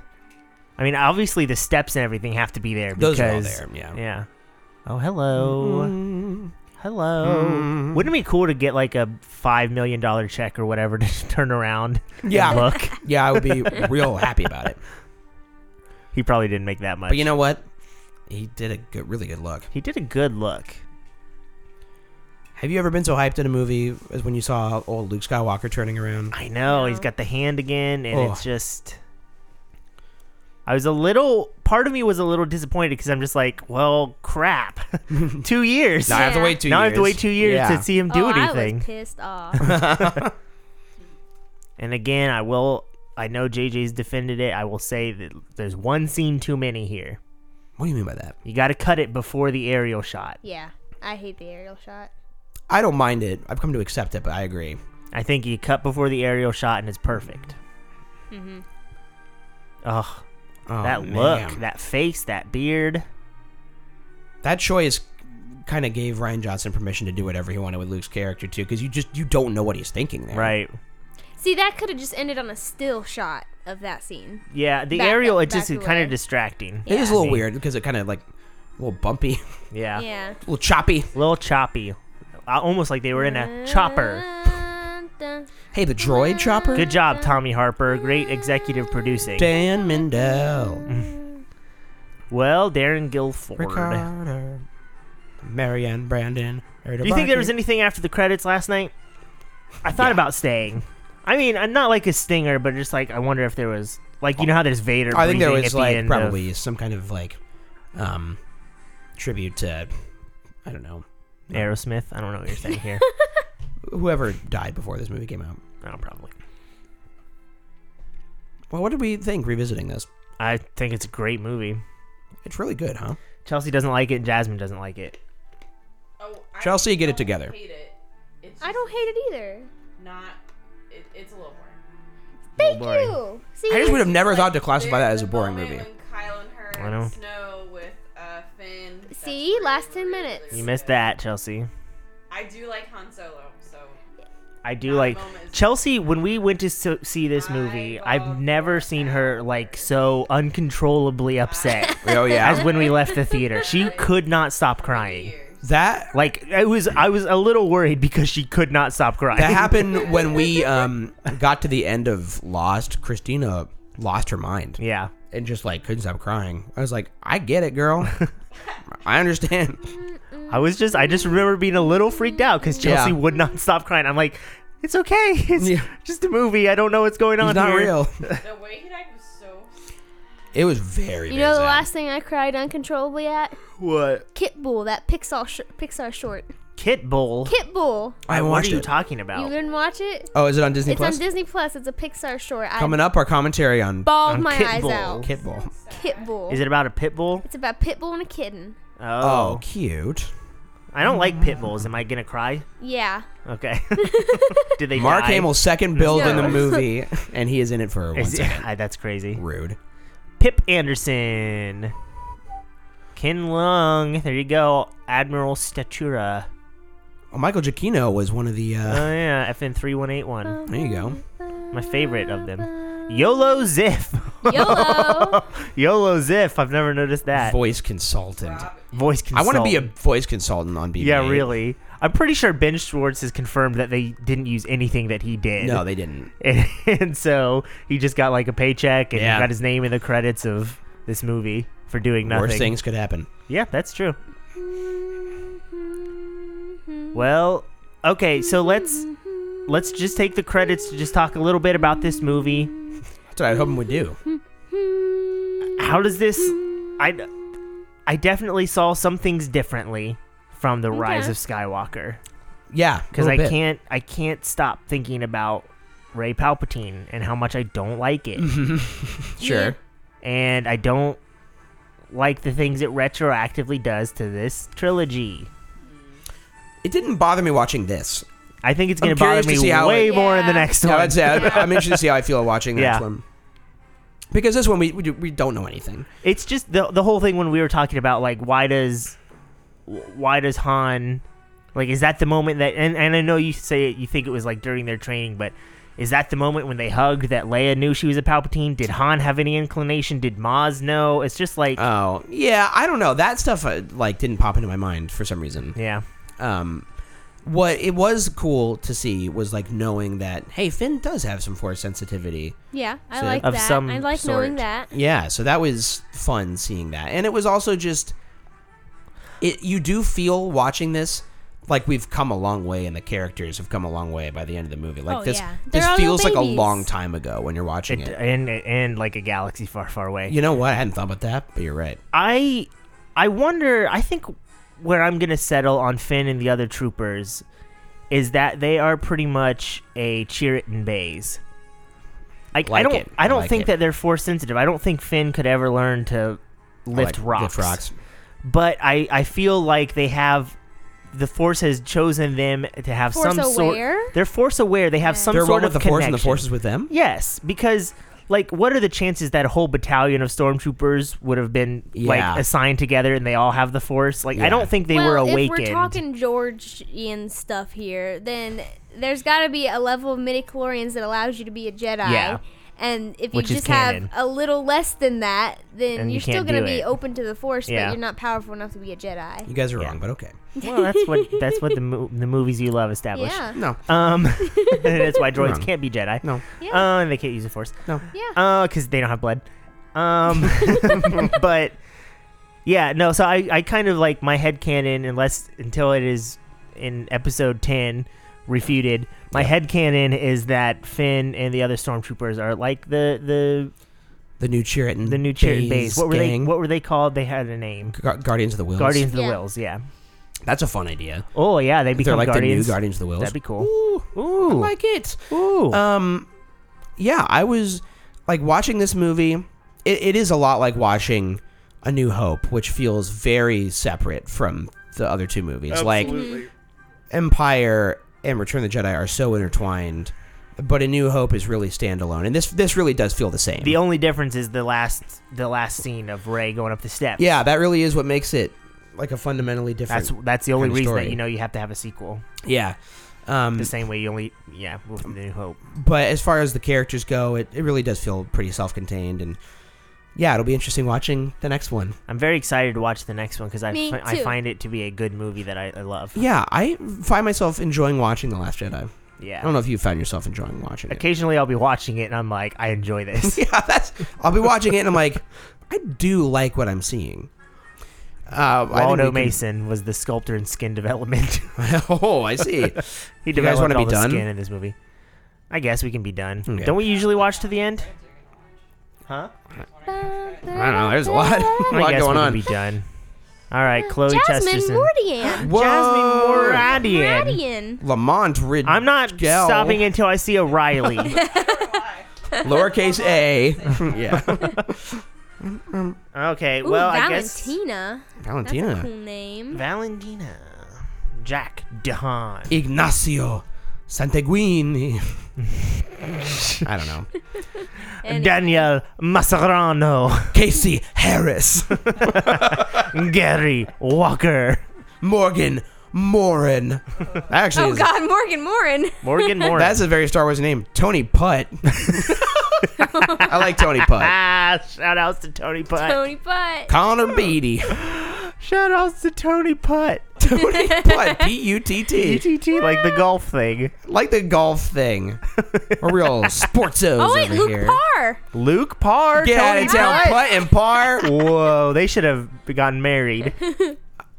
Speaker 4: I mean, obviously the steps and everything have to be there because
Speaker 3: Those are all there, yeah.
Speaker 4: Yeah. Oh, hello. Hello.
Speaker 3: Mm-hmm.
Speaker 4: Wouldn't it be cool to get like a 5 million dollar check or whatever to turn around? and
Speaker 3: Yeah.
Speaker 4: look.
Speaker 3: Yeah, I would be real happy about it.
Speaker 4: He probably didn't make that much.
Speaker 3: But you know what? He did a good, really good look.
Speaker 4: he did a good look.
Speaker 3: Have you ever been so hyped in a movie as when you saw old Luke Skywalker turning around?
Speaker 4: I know he's got the hand again, and it's
Speaker 3: Ugh.
Speaker 4: just. I was a little. Part of me was a little disappointed because I'm just like, well, crap. two years.
Speaker 3: Now I have to
Speaker 5: Yeah.
Speaker 3: wait two
Speaker 4: now
Speaker 3: years.
Speaker 4: I have to wait two years
Speaker 3: Yeah.
Speaker 4: to see him do
Speaker 5: oh, I
Speaker 4: anything.
Speaker 5: was pissed off.
Speaker 4: And again, I will. I know JJ's defended it. I will say that there's one scene too many here.
Speaker 3: What do you mean by that?
Speaker 4: You got to cut it before the aerial shot.
Speaker 5: yeah, I hate the aerial shot.
Speaker 3: I don't mind it. I've come to accept it, but I agree.
Speaker 4: I think you cut before the aerial shot, and it's perfect.
Speaker 5: Mm-hmm.
Speaker 4: Ugh,
Speaker 3: Oh,
Speaker 4: that
Speaker 3: man.
Speaker 4: look, that face, that beard.
Speaker 3: that choice kind of gave Ryan Johnson permission to do whatever he wanted with Luke's character too, because you just you don't know what he's thinking there.
Speaker 4: Right.
Speaker 5: See, that could have just ended on a still shot of that scene.
Speaker 4: Yeah, the
Speaker 5: Back-
Speaker 4: aerial it
Speaker 5: back
Speaker 4: just kind
Speaker 5: away.
Speaker 4: of distracting.
Speaker 3: It is a little
Speaker 4: Yeah.
Speaker 3: weird because it kind of like a little bumpy,
Speaker 4: Yeah.
Speaker 5: Yeah.
Speaker 3: a little choppy.
Speaker 4: a little choppy, Uh, almost like they were in a chopper.
Speaker 5: Dun, dun.
Speaker 3: Hey, the droid chopper.
Speaker 4: Good job, Tommy Harper. Great executive producing.
Speaker 3: Dan Mindell.
Speaker 4: Well, Darren Guilford.
Speaker 3: Ricardo. Marianne Brandon.
Speaker 4: Do you think there was anything after the credits last night? I thought about staying. I mean, uh, not like a stinger, but just like I wonder if there was like you know how there's Vader.
Speaker 3: I think there
Speaker 4: breathing
Speaker 3: was
Speaker 4: at the
Speaker 3: like
Speaker 4: end
Speaker 3: probably
Speaker 4: Of,
Speaker 3: some kind of like um tribute to I don't know
Speaker 4: Aerosmith. I don't know what you're saying here.
Speaker 3: whoever died before this movie came out.
Speaker 4: no, probably.
Speaker 3: Well, what did we think revisiting this?
Speaker 4: I think it's a great movie.
Speaker 3: It's really good, huh?
Speaker 4: Chelsea doesn't like it. Jasmine doesn't like it.
Speaker 7: Oh, I
Speaker 3: Chelsea, get it
Speaker 7: don't
Speaker 3: together.
Speaker 7: Hate it. It's
Speaker 5: I don't hate it either.
Speaker 4: Oh,
Speaker 7: just not. It, it's a little boring.
Speaker 5: Thank
Speaker 4: boring.
Speaker 5: you. See,
Speaker 3: I just would have never
Speaker 7: Like,
Speaker 3: thought to classify that
Speaker 7: there's
Speaker 3: as a
Speaker 7: the
Speaker 3: boring
Speaker 7: moment
Speaker 3: movie.
Speaker 7: When Kyle and her
Speaker 4: I know.
Speaker 7: Snow with uh, Finn. That's
Speaker 5: See?
Speaker 7: really,
Speaker 5: Last 10
Speaker 7: really,
Speaker 5: minutes.
Speaker 7: really
Speaker 4: You missed
Speaker 7: good.
Speaker 4: that, Chelsea.
Speaker 7: I do like Han Solo, so
Speaker 4: I do
Speaker 7: That
Speaker 4: like
Speaker 7: moment is-
Speaker 4: Chelsea. When we went to so- see this movie,
Speaker 7: I
Speaker 4: I've
Speaker 7: love
Speaker 4: never seen her like so uncontrollably upset
Speaker 3: Oh yeah,
Speaker 4: as when we left the theater. She could not stop crying.
Speaker 7: years.
Speaker 3: that
Speaker 4: Like I was, I was a little worried because she could not stop crying.
Speaker 3: that happened when we um got to the end of Lost. Christina lost her mind.
Speaker 4: yeah,
Speaker 3: and just like couldn't stop crying. I was like, I get it, girl. I understand.
Speaker 4: I was just, I just remember being a little freaked out because Chelsea
Speaker 3: Yeah.
Speaker 4: would not stop crying. I'm like, it's okay. It's
Speaker 3: Yeah.
Speaker 4: just a movie. I don't know what's going on
Speaker 3: It's not
Speaker 4: here."
Speaker 3: real.
Speaker 7: The way he died was so.
Speaker 3: It was very. very
Speaker 5: You know the
Speaker 3: sad.
Speaker 5: last thing I cried uncontrollably at?
Speaker 4: What?
Speaker 5: Kitbull, that Pixar sh- Pixar short.
Speaker 4: Kit Bowl.
Speaker 5: Kitbull.
Speaker 3: I
Speaker 4: what
Speaker 3: watched
Speaker 4: are you
Speaker 3: it.
Speaker 4: talking
Speaker 5: You
Speaker 4: about?
Speaker 5: didn't watch it?
Speaker 3: oh, is it on Disney
Speaker 5: It's
Speaker 3: Plus?
Speaker 5: on Disney Plus. It's a Pixar short.
Speaker 3: Coming up, our commentary on
Speaker 5: I bawled
Speaker 4: on
Speaker 5: my eyes
Speaker 4: Kitbull.
Speaker 5: out.
Speaker 3: Kitbull.
Speaker 5: Pitbull.
Speaker 4: Is it about a pit bull?
Speaker 5: It's about Pitbull and a kitten.
Speaker 3: Oh, cute.
Speaker 4: I don't like pit bulls. Am I gonna cry?
Speaker 5: Yeah.
Speaker 4: Okay. Did they
Speaker 3: Mark
Speaker 4: die?
Speaker 3: Hamill's second build in the
Speaker 5: No.
Speaker 3: movie, and he is in it for one
Speaker 4: Is-
Speaker 3: second.
Speaker 4: Ah, that's crazy.
Speaker 3: Rude.
Speaker 4: Pip Anderson. Ken Lung. There you go. Admiral Statura.
Speaker 3: Oh, Michael Giacchino was one of the. Uh,
Speaker 4: Oh yeah, FN three one eight one.
Speaker 3: there you go.
Speaker 4: My favorite of them. YOLO Ziff.
Speaker 5: YOLO.
Speaker 4: YOLO Ziff. I've never noticed that.
Speaker 3: Voice consultant.
Speaker 4: Voice
Speaker 3: I
Speaker 4: consult.
Speaker 3: want to be a voice consultant on BB.
Speaker 4: Yeah, really. I'm pretty sure Ben Schwartz has confirmed that they didn't use anything that he did.
Speaker 3: No, they didn't.
Speaker 4: and, and so he just got like a paycheck and
Speaker 3: Yeah.
Speaker 4: got his name in the credits of this movie for doing nothing.
Speaker 3: Worst things could happen.
Speaker 4: Yeah, that's true. Well, okay, so let's let's just take the credits to just talk a little bit about this movie.
Speaker 3: That's what I was hoping would do.
Speaker 4: How does this? I I definitely saw some things differently from the Rise
Speaker 5: Okay.
Speaker 4: of Skywalker
Speaker 3: Yeah,
Speaker 4: because I
Speaker 3: little bit.
Speaker 4: can't I can't stop thinking about Ray Palpatine and how much I don't like it.
Speaker 3: Mm-hmm. Sure.
Speaker 4: and I don't like the things it retroactively does to this trilogy.
Speaker 3: It didn't bother me watching this.
Speaker 4: I think it's going
Speaker 3: I'm
Speaker 4: to bother
Speaker 3: curious to
Speaker 4: me
Speaker 3: see how
Speaker 4: way
Speaker 3: it-
Speaker 4: more in the
Speaker 5: Yeah.
Speaker 4: next
Speaker 3: Yeah,
Speaker 4: one.
Speaker 3: I'd say I, I'm interested to see how I feel watching the
Speaker 4: Yeah.
Speaker 3: next one. Because this one we, we do- we don't know anything.
Speaker 4: it's just the the whole thing when we were talking about like why does why does Han like is that the moment that and, and I know you say it you think it was like during their training but is that the moment when they hugged that Leia knew she was a Palpatine? Did Han have any inclination? Did Maz know? It's just like
Speaker 3: Oh yeah, I don't know. That stuff uh, like didn't pop into my mind for some reason.
Speaker 4: yeah.
Speaker 3: Um, what it was cool to see was like knowing that hey, Finn does have some force sensitivity.
Speaker 5: Yeah, I
Speaker 3: So-
Speaker 5: like
Speaker 4: Of
Speaker 5: that.
Speaker 4: some
Speaker 5: I like
Speaker 4: sort.
Speaker 5: knowing that.
Speaker 3: Yeah, so that was fun seeing that, and it was also just it. You do feel watching this like we've come a long way, and the characters have come a long way by the end of the movie. Like
Speaker 5: Oh,
Speaker 3: this,
Speaker 5: yeah.
Speaker 3: this
Speaker 5: They're all
Speaker 3: feels like a
Speaker 5: babies.
Speaker 3: long time ago when you're watching
Speaker 4: It- uh,
Speaker 3: it.
Speaker 4: and and like a galaxy far far away.
Speaker 3: You know what? I hadn't thought about that, but you're right.
Speaker 4: I I wonder I think where I'm gonna settle on Finn and the other troopers is that they are pretty much a cheer it and bays. I, I
Speaker 3: Like
Speaker 4: don't
Speaker 3: it.
Speaker 4: I
Speaker 3: I
Speaker 4: don't
Speaker 3: like
Speaker 4: think
Speaker 3: it.
Speaker 4: that they're force sensitive. I don't think Finn could ever learn to lift
Speaker 3: Like,
Speaker 4: rocks.
Speaker 3: Lift rocks.
Speaker 4: But I, I feel like they have the force has chosen them to have some
Speaker 5: Force-aware?
Speaker 4: sort they're force aware. They have some
Speaker 3: They're
Speaker 4: sort
Speaker 3: one
Speaker 4: of
Speaker 3: with the force, and the
Speaker 4: connection.
Speaker 3: force is with them.
Speaker 4: Yes, because like what are the chances that a whole battalion of stormtroopers would have been
Speaker 3: Yeah.
Speaker 4: like assigned together and they all have the force? Like
Speaker 3: Yeah.
Speaker 4: I don't think they
Speaker 5: well,
Speaker 4: were awakened.
Speaker 5: if we're talking Georgian stuff here, then there's got to be a level of midichlorians that allows you to be a Jedi.
Speaker 4: Yeah.
Speaker 5: And if you
Speaker 4: Which is
Speaker 5: just have
Speaker 4: canon.
Speaker 5: a little less than that, then
Speaker 4: And you
Speaker 5: you're still
Speaker 4: can't
Speaker 5: going to
Speaker 4: do
Speaker 5: be
Speaker 4: it.
Speaker 5: open to the Force,
Speaker 4: Yeah.
Speaker 5: but you're not powerful enough to be a Jedi.
Speaker 3: You guys are wrong, but okay.
Speaker 4: well, that's what that's what the mo- the movies you love establish.
Speaker 5: Yeah.
Speaker 3: No,
Speaker 4: Um, that's why droids
Speaker 3: Wrong.
Speaker 4: can't be Jedi.
Speaker 3: Hmm. No.
Speaker 5: Yeah.
Speaker 4: Uh, and they can't use the Force.
Speaker 3: no.
Speaker 5: Yeah.
Speaker 4: Uh, because they don't have blood. Um, but yeah, no. So I, I kind of like my head canon unless until it is in episode ten refuted. My head canon is that Finn and the other stormtroopers are like the the
Speaker 3: The new Chiriton.
Speaker 4: the new Chariot base. What were
Speaker 3: gang.
Speaker 4: they? What were they called? They had a name.
Speaker 3: Gu- Guardians of the Wills.
Speaker 4: Guardians of the
Speaker 5: Yeah.
Speaker 4: Wills. Yeah.
Speaker 3: That's a fun idea.
Speaker 4: Oh yeah, they
Speaker 3: They're
Speaker 4: become
Speaker 3: like
Speaker 4: guardians.
Speaker 3: the new Guardians of the Wills.
Speaker 4: That'd be cool.
Speaker 3: Ooh,
Speaker 4: Ooh.
Speaker 3: I like it.
Speaker 4: Ooh.
Speaker 3: Um, yeah, I was like watching this movie. It, it is a lot like watching A New Hope, which feels very separate from the other two movies. Like Empire and Return of the Jedi are so intertwined, but A New Hope is really standalone, and this this really does feel the same.
Speaker 4: the only difference is the last the last scene of Ray going up the steps.
Speaker 3: yeah, that really is what makes it like a fundamentally different.
Speaker 4: That's that's the only
Speaker 3: Kinda
Speaker 4: reason
Speaker 3: story.
Speaker 4: that you know you have to have a sequel.
Speaker 3: yeah. Um,
Speaker 4: the same way you only yeah with the
Speaker 3: Mm.
Speaker 4: new hope
Speaker 3: but as far as the characters go, it, it really does feel pretty self contained. And yeah, it'll be interesting watching the next one.
Speaker 4: i'm very excited to watch the next one because I,
Speaker 5: Me
Speaker 4: fi- I
Speaker 5: too.
Speaker 4: find it to be a good movie that i, I love
Speaker 3: Yeah, I find myself enjoying watching The Last Jedi. I
Speaker 4: Yeah.
Speaker 3: don't know if you found yourself enjoying watching it.
Speaker 4: Occasionally, I'll be watching it and I'm like, I enjoy this.
Speaker 3: yeah, that's. I'll be watching it and I'm like, I do like what I'm seeing. Uh, I think we
Speaker 4: Waldo
Speaker 3: can-
Speaker 4: Mason was the sculptor in skin development.
Speaker 3: oh, I see.
Speaker 4: he
Speaker 3: You guys
Speaker 4: developed
Speaker 3: wanna be
Speaker 4: all the
Speaker 3: done?
Speaker 4: skin in this movie. I guess we can be done.
Speaker 3: Okay.
Speaker 4: Don't we usually watch to the end?
Speaker 5: Uh,
Speaker 4: uh,
Speaker 3: I don't know. There's a lot, a
Speaker 4: I
Speaker 3: lot
Speaker 4: guess
Speaker 3: going
Speaker 4: we
Speaker 3: on.
Speaker 4: can be done. All right, Chloe
Speaker 9: Jasmine
Speaker 4: Chesterton.
Speaker 9: Mordian.
Speaker 3: Whoa.
Speaker 4: Jasmine Moradian.
Speaker 9: Mordian.
Speaker 3: Lamont Rid.
Speaker 4: I'm not
Speaker 3: Gel.
Speaker 4: stopping until I see a Riley.
Speaker 3: Lowercase a. yeah.
Speaker 4: okay,
Speaker 9: Ooh,
Speaker 4: well, I guess
Speaker 9: Valentina. That's
Speaker 3: Valentina.
Speaker 9: a cool name.
Speaker 4: Valentina. Jack Dehan.
Speaker 3: Ignacio Santeguini. I don't know.
Speaker 9: And
Speaker 4: Daniel Masserano.
Speaker 3: Casey Harris.
Speaker 4: Gary Walker.
Speaker 3: Morgan Morin. That Actually,
Speaker 9: oh
Speaker 3: is-
Speaker 9: God, Morgan Morin.
Speaker 4: Morgan Moore.
Speaker 3: that's a very Star Wars name. Tony Putt. I like Tony Putt.
Speaker 4: ah, shout outs to Tony Putt.
Speaker 9: Tony Butt.
Speaker 3: Connor Beatty.
Speaker 4: Shout outs to Tony Putt.
Speaker 3: Tony Putt. P U T T.
Speaker 4: PTT, like the golf thing.
Speaker 3: Like the golf thing. We're real sportsos
Speaker 9: Oh wait,
Speaker 3: over
Speaker 9: Luke
Speaker 3: here.
Speaker 9: Parr.
Speaker 4: Luke Parr.
Speaker 3: Get out
Speaker 4: Tony
Speaker 3: of town, Putt and Par.
Speaker 4: Whoa, they should have gotten married.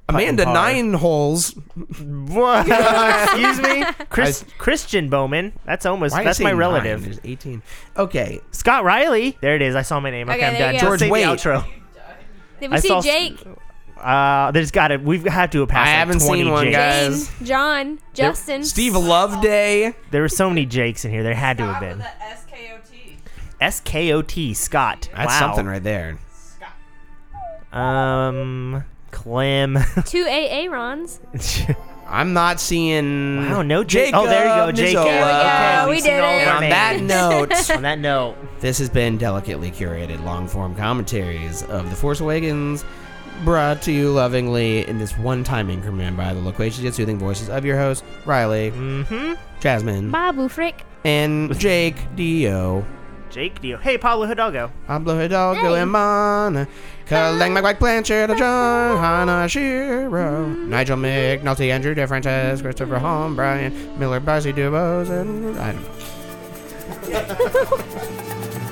Speaker 3: Amanda
Speaker 4: Par.
Speaker 3: Nine Holes.
Speaker 4: What? Excuse me? Chris,
Speaker 3: I-
Speaker 4: Christian Bowman. That's almost,
Speaker 3: Why did I
Speaker 4: that's
Speaker 3: say
Speaker 4: my
Speaker 3: nine?
Speaker 4: relative.
Speaker 3: There's 18. Okay.
Speaker 4: Scott Riley. There it is. I saw my name. Okay,
Speaker 9: Okay,
Speaker 4: I'm
Speaker 9: there
Speaker 4: done.
Speaker 9: you go.
Speaker 3: George
Speaker 4: Let's say the
Speaker 3: Wade.
Speaker 4: outro.
Speaker 9: Did we
Speaker 4: I
Speaker 9: see
Speaker 4: saw-
Speaker 9: Jake?
Speaker 4: Uh, there's got to. We've had to have passed.
Speaker 3: I
Speaker 4: like
Speaker 3: haven't
Speaker 4: 20
Speaker 3: seen one,
Speaker 4: Jakes.
Speaker 3: guys.
Speaker 9: Jane,
Speaker 3: Yes.
Speaker 9: John, Justin.
Speaker 3: Steve Loveday.
Speaker 4: There were so many Jakes in here. There had to have
Speaker 7: Stop
Speaker 4: been.
Speaker 7: with the SKOT.
Speaker 4: S K O T Scott.
Speaker 3: That's
Speaker 4: wow.
Speaker 3: something right there.
Speaker 4: Um, Clem.
Speaker 9: Two Aarons.
Speaker 3: I'm not seeing.
Speaker 4: wow, no Jake.
Speaker 3: Jacob
Speaker 4: Oh, there you go, Jake.
Speaker 3: Nizzola.
Speaker 9: There we go.
Speaker 4: Okay,
Speaker 9: we
Speaker 4: we've seen
Speaker 9: did
Speaker 4: all
Speaker 9: it.
Speaker 4: of
Speaker 3: And
Speaker 4: our
Speaker 3: on that
Speaker 4: names.
Speaker 3: note,
Speaker 4: on that note,
Speaker 3: this has been delicately curated long form commentaries of The Force Awakens, brought to you lovingly in this one time increment by the loquacious yet soothing voices of your hosts, Riley, Jasmine,
Speaker 9: Babu Frick.
Speaker 3: and Jake Dio.
Speaker 4: Jake Dio. Hey, Pablo Hidalgo.
Speaker 3: Pablo Hidalgo
Speaker 9: Hey.
Speaker 3: and Mon, Kalang McQuack Blanchard, John Hannah Shiro, Nigel McNulty, Andrew DeFrances, Christopher Holm, Brian Miller, Barcy Dubose, and I don't know.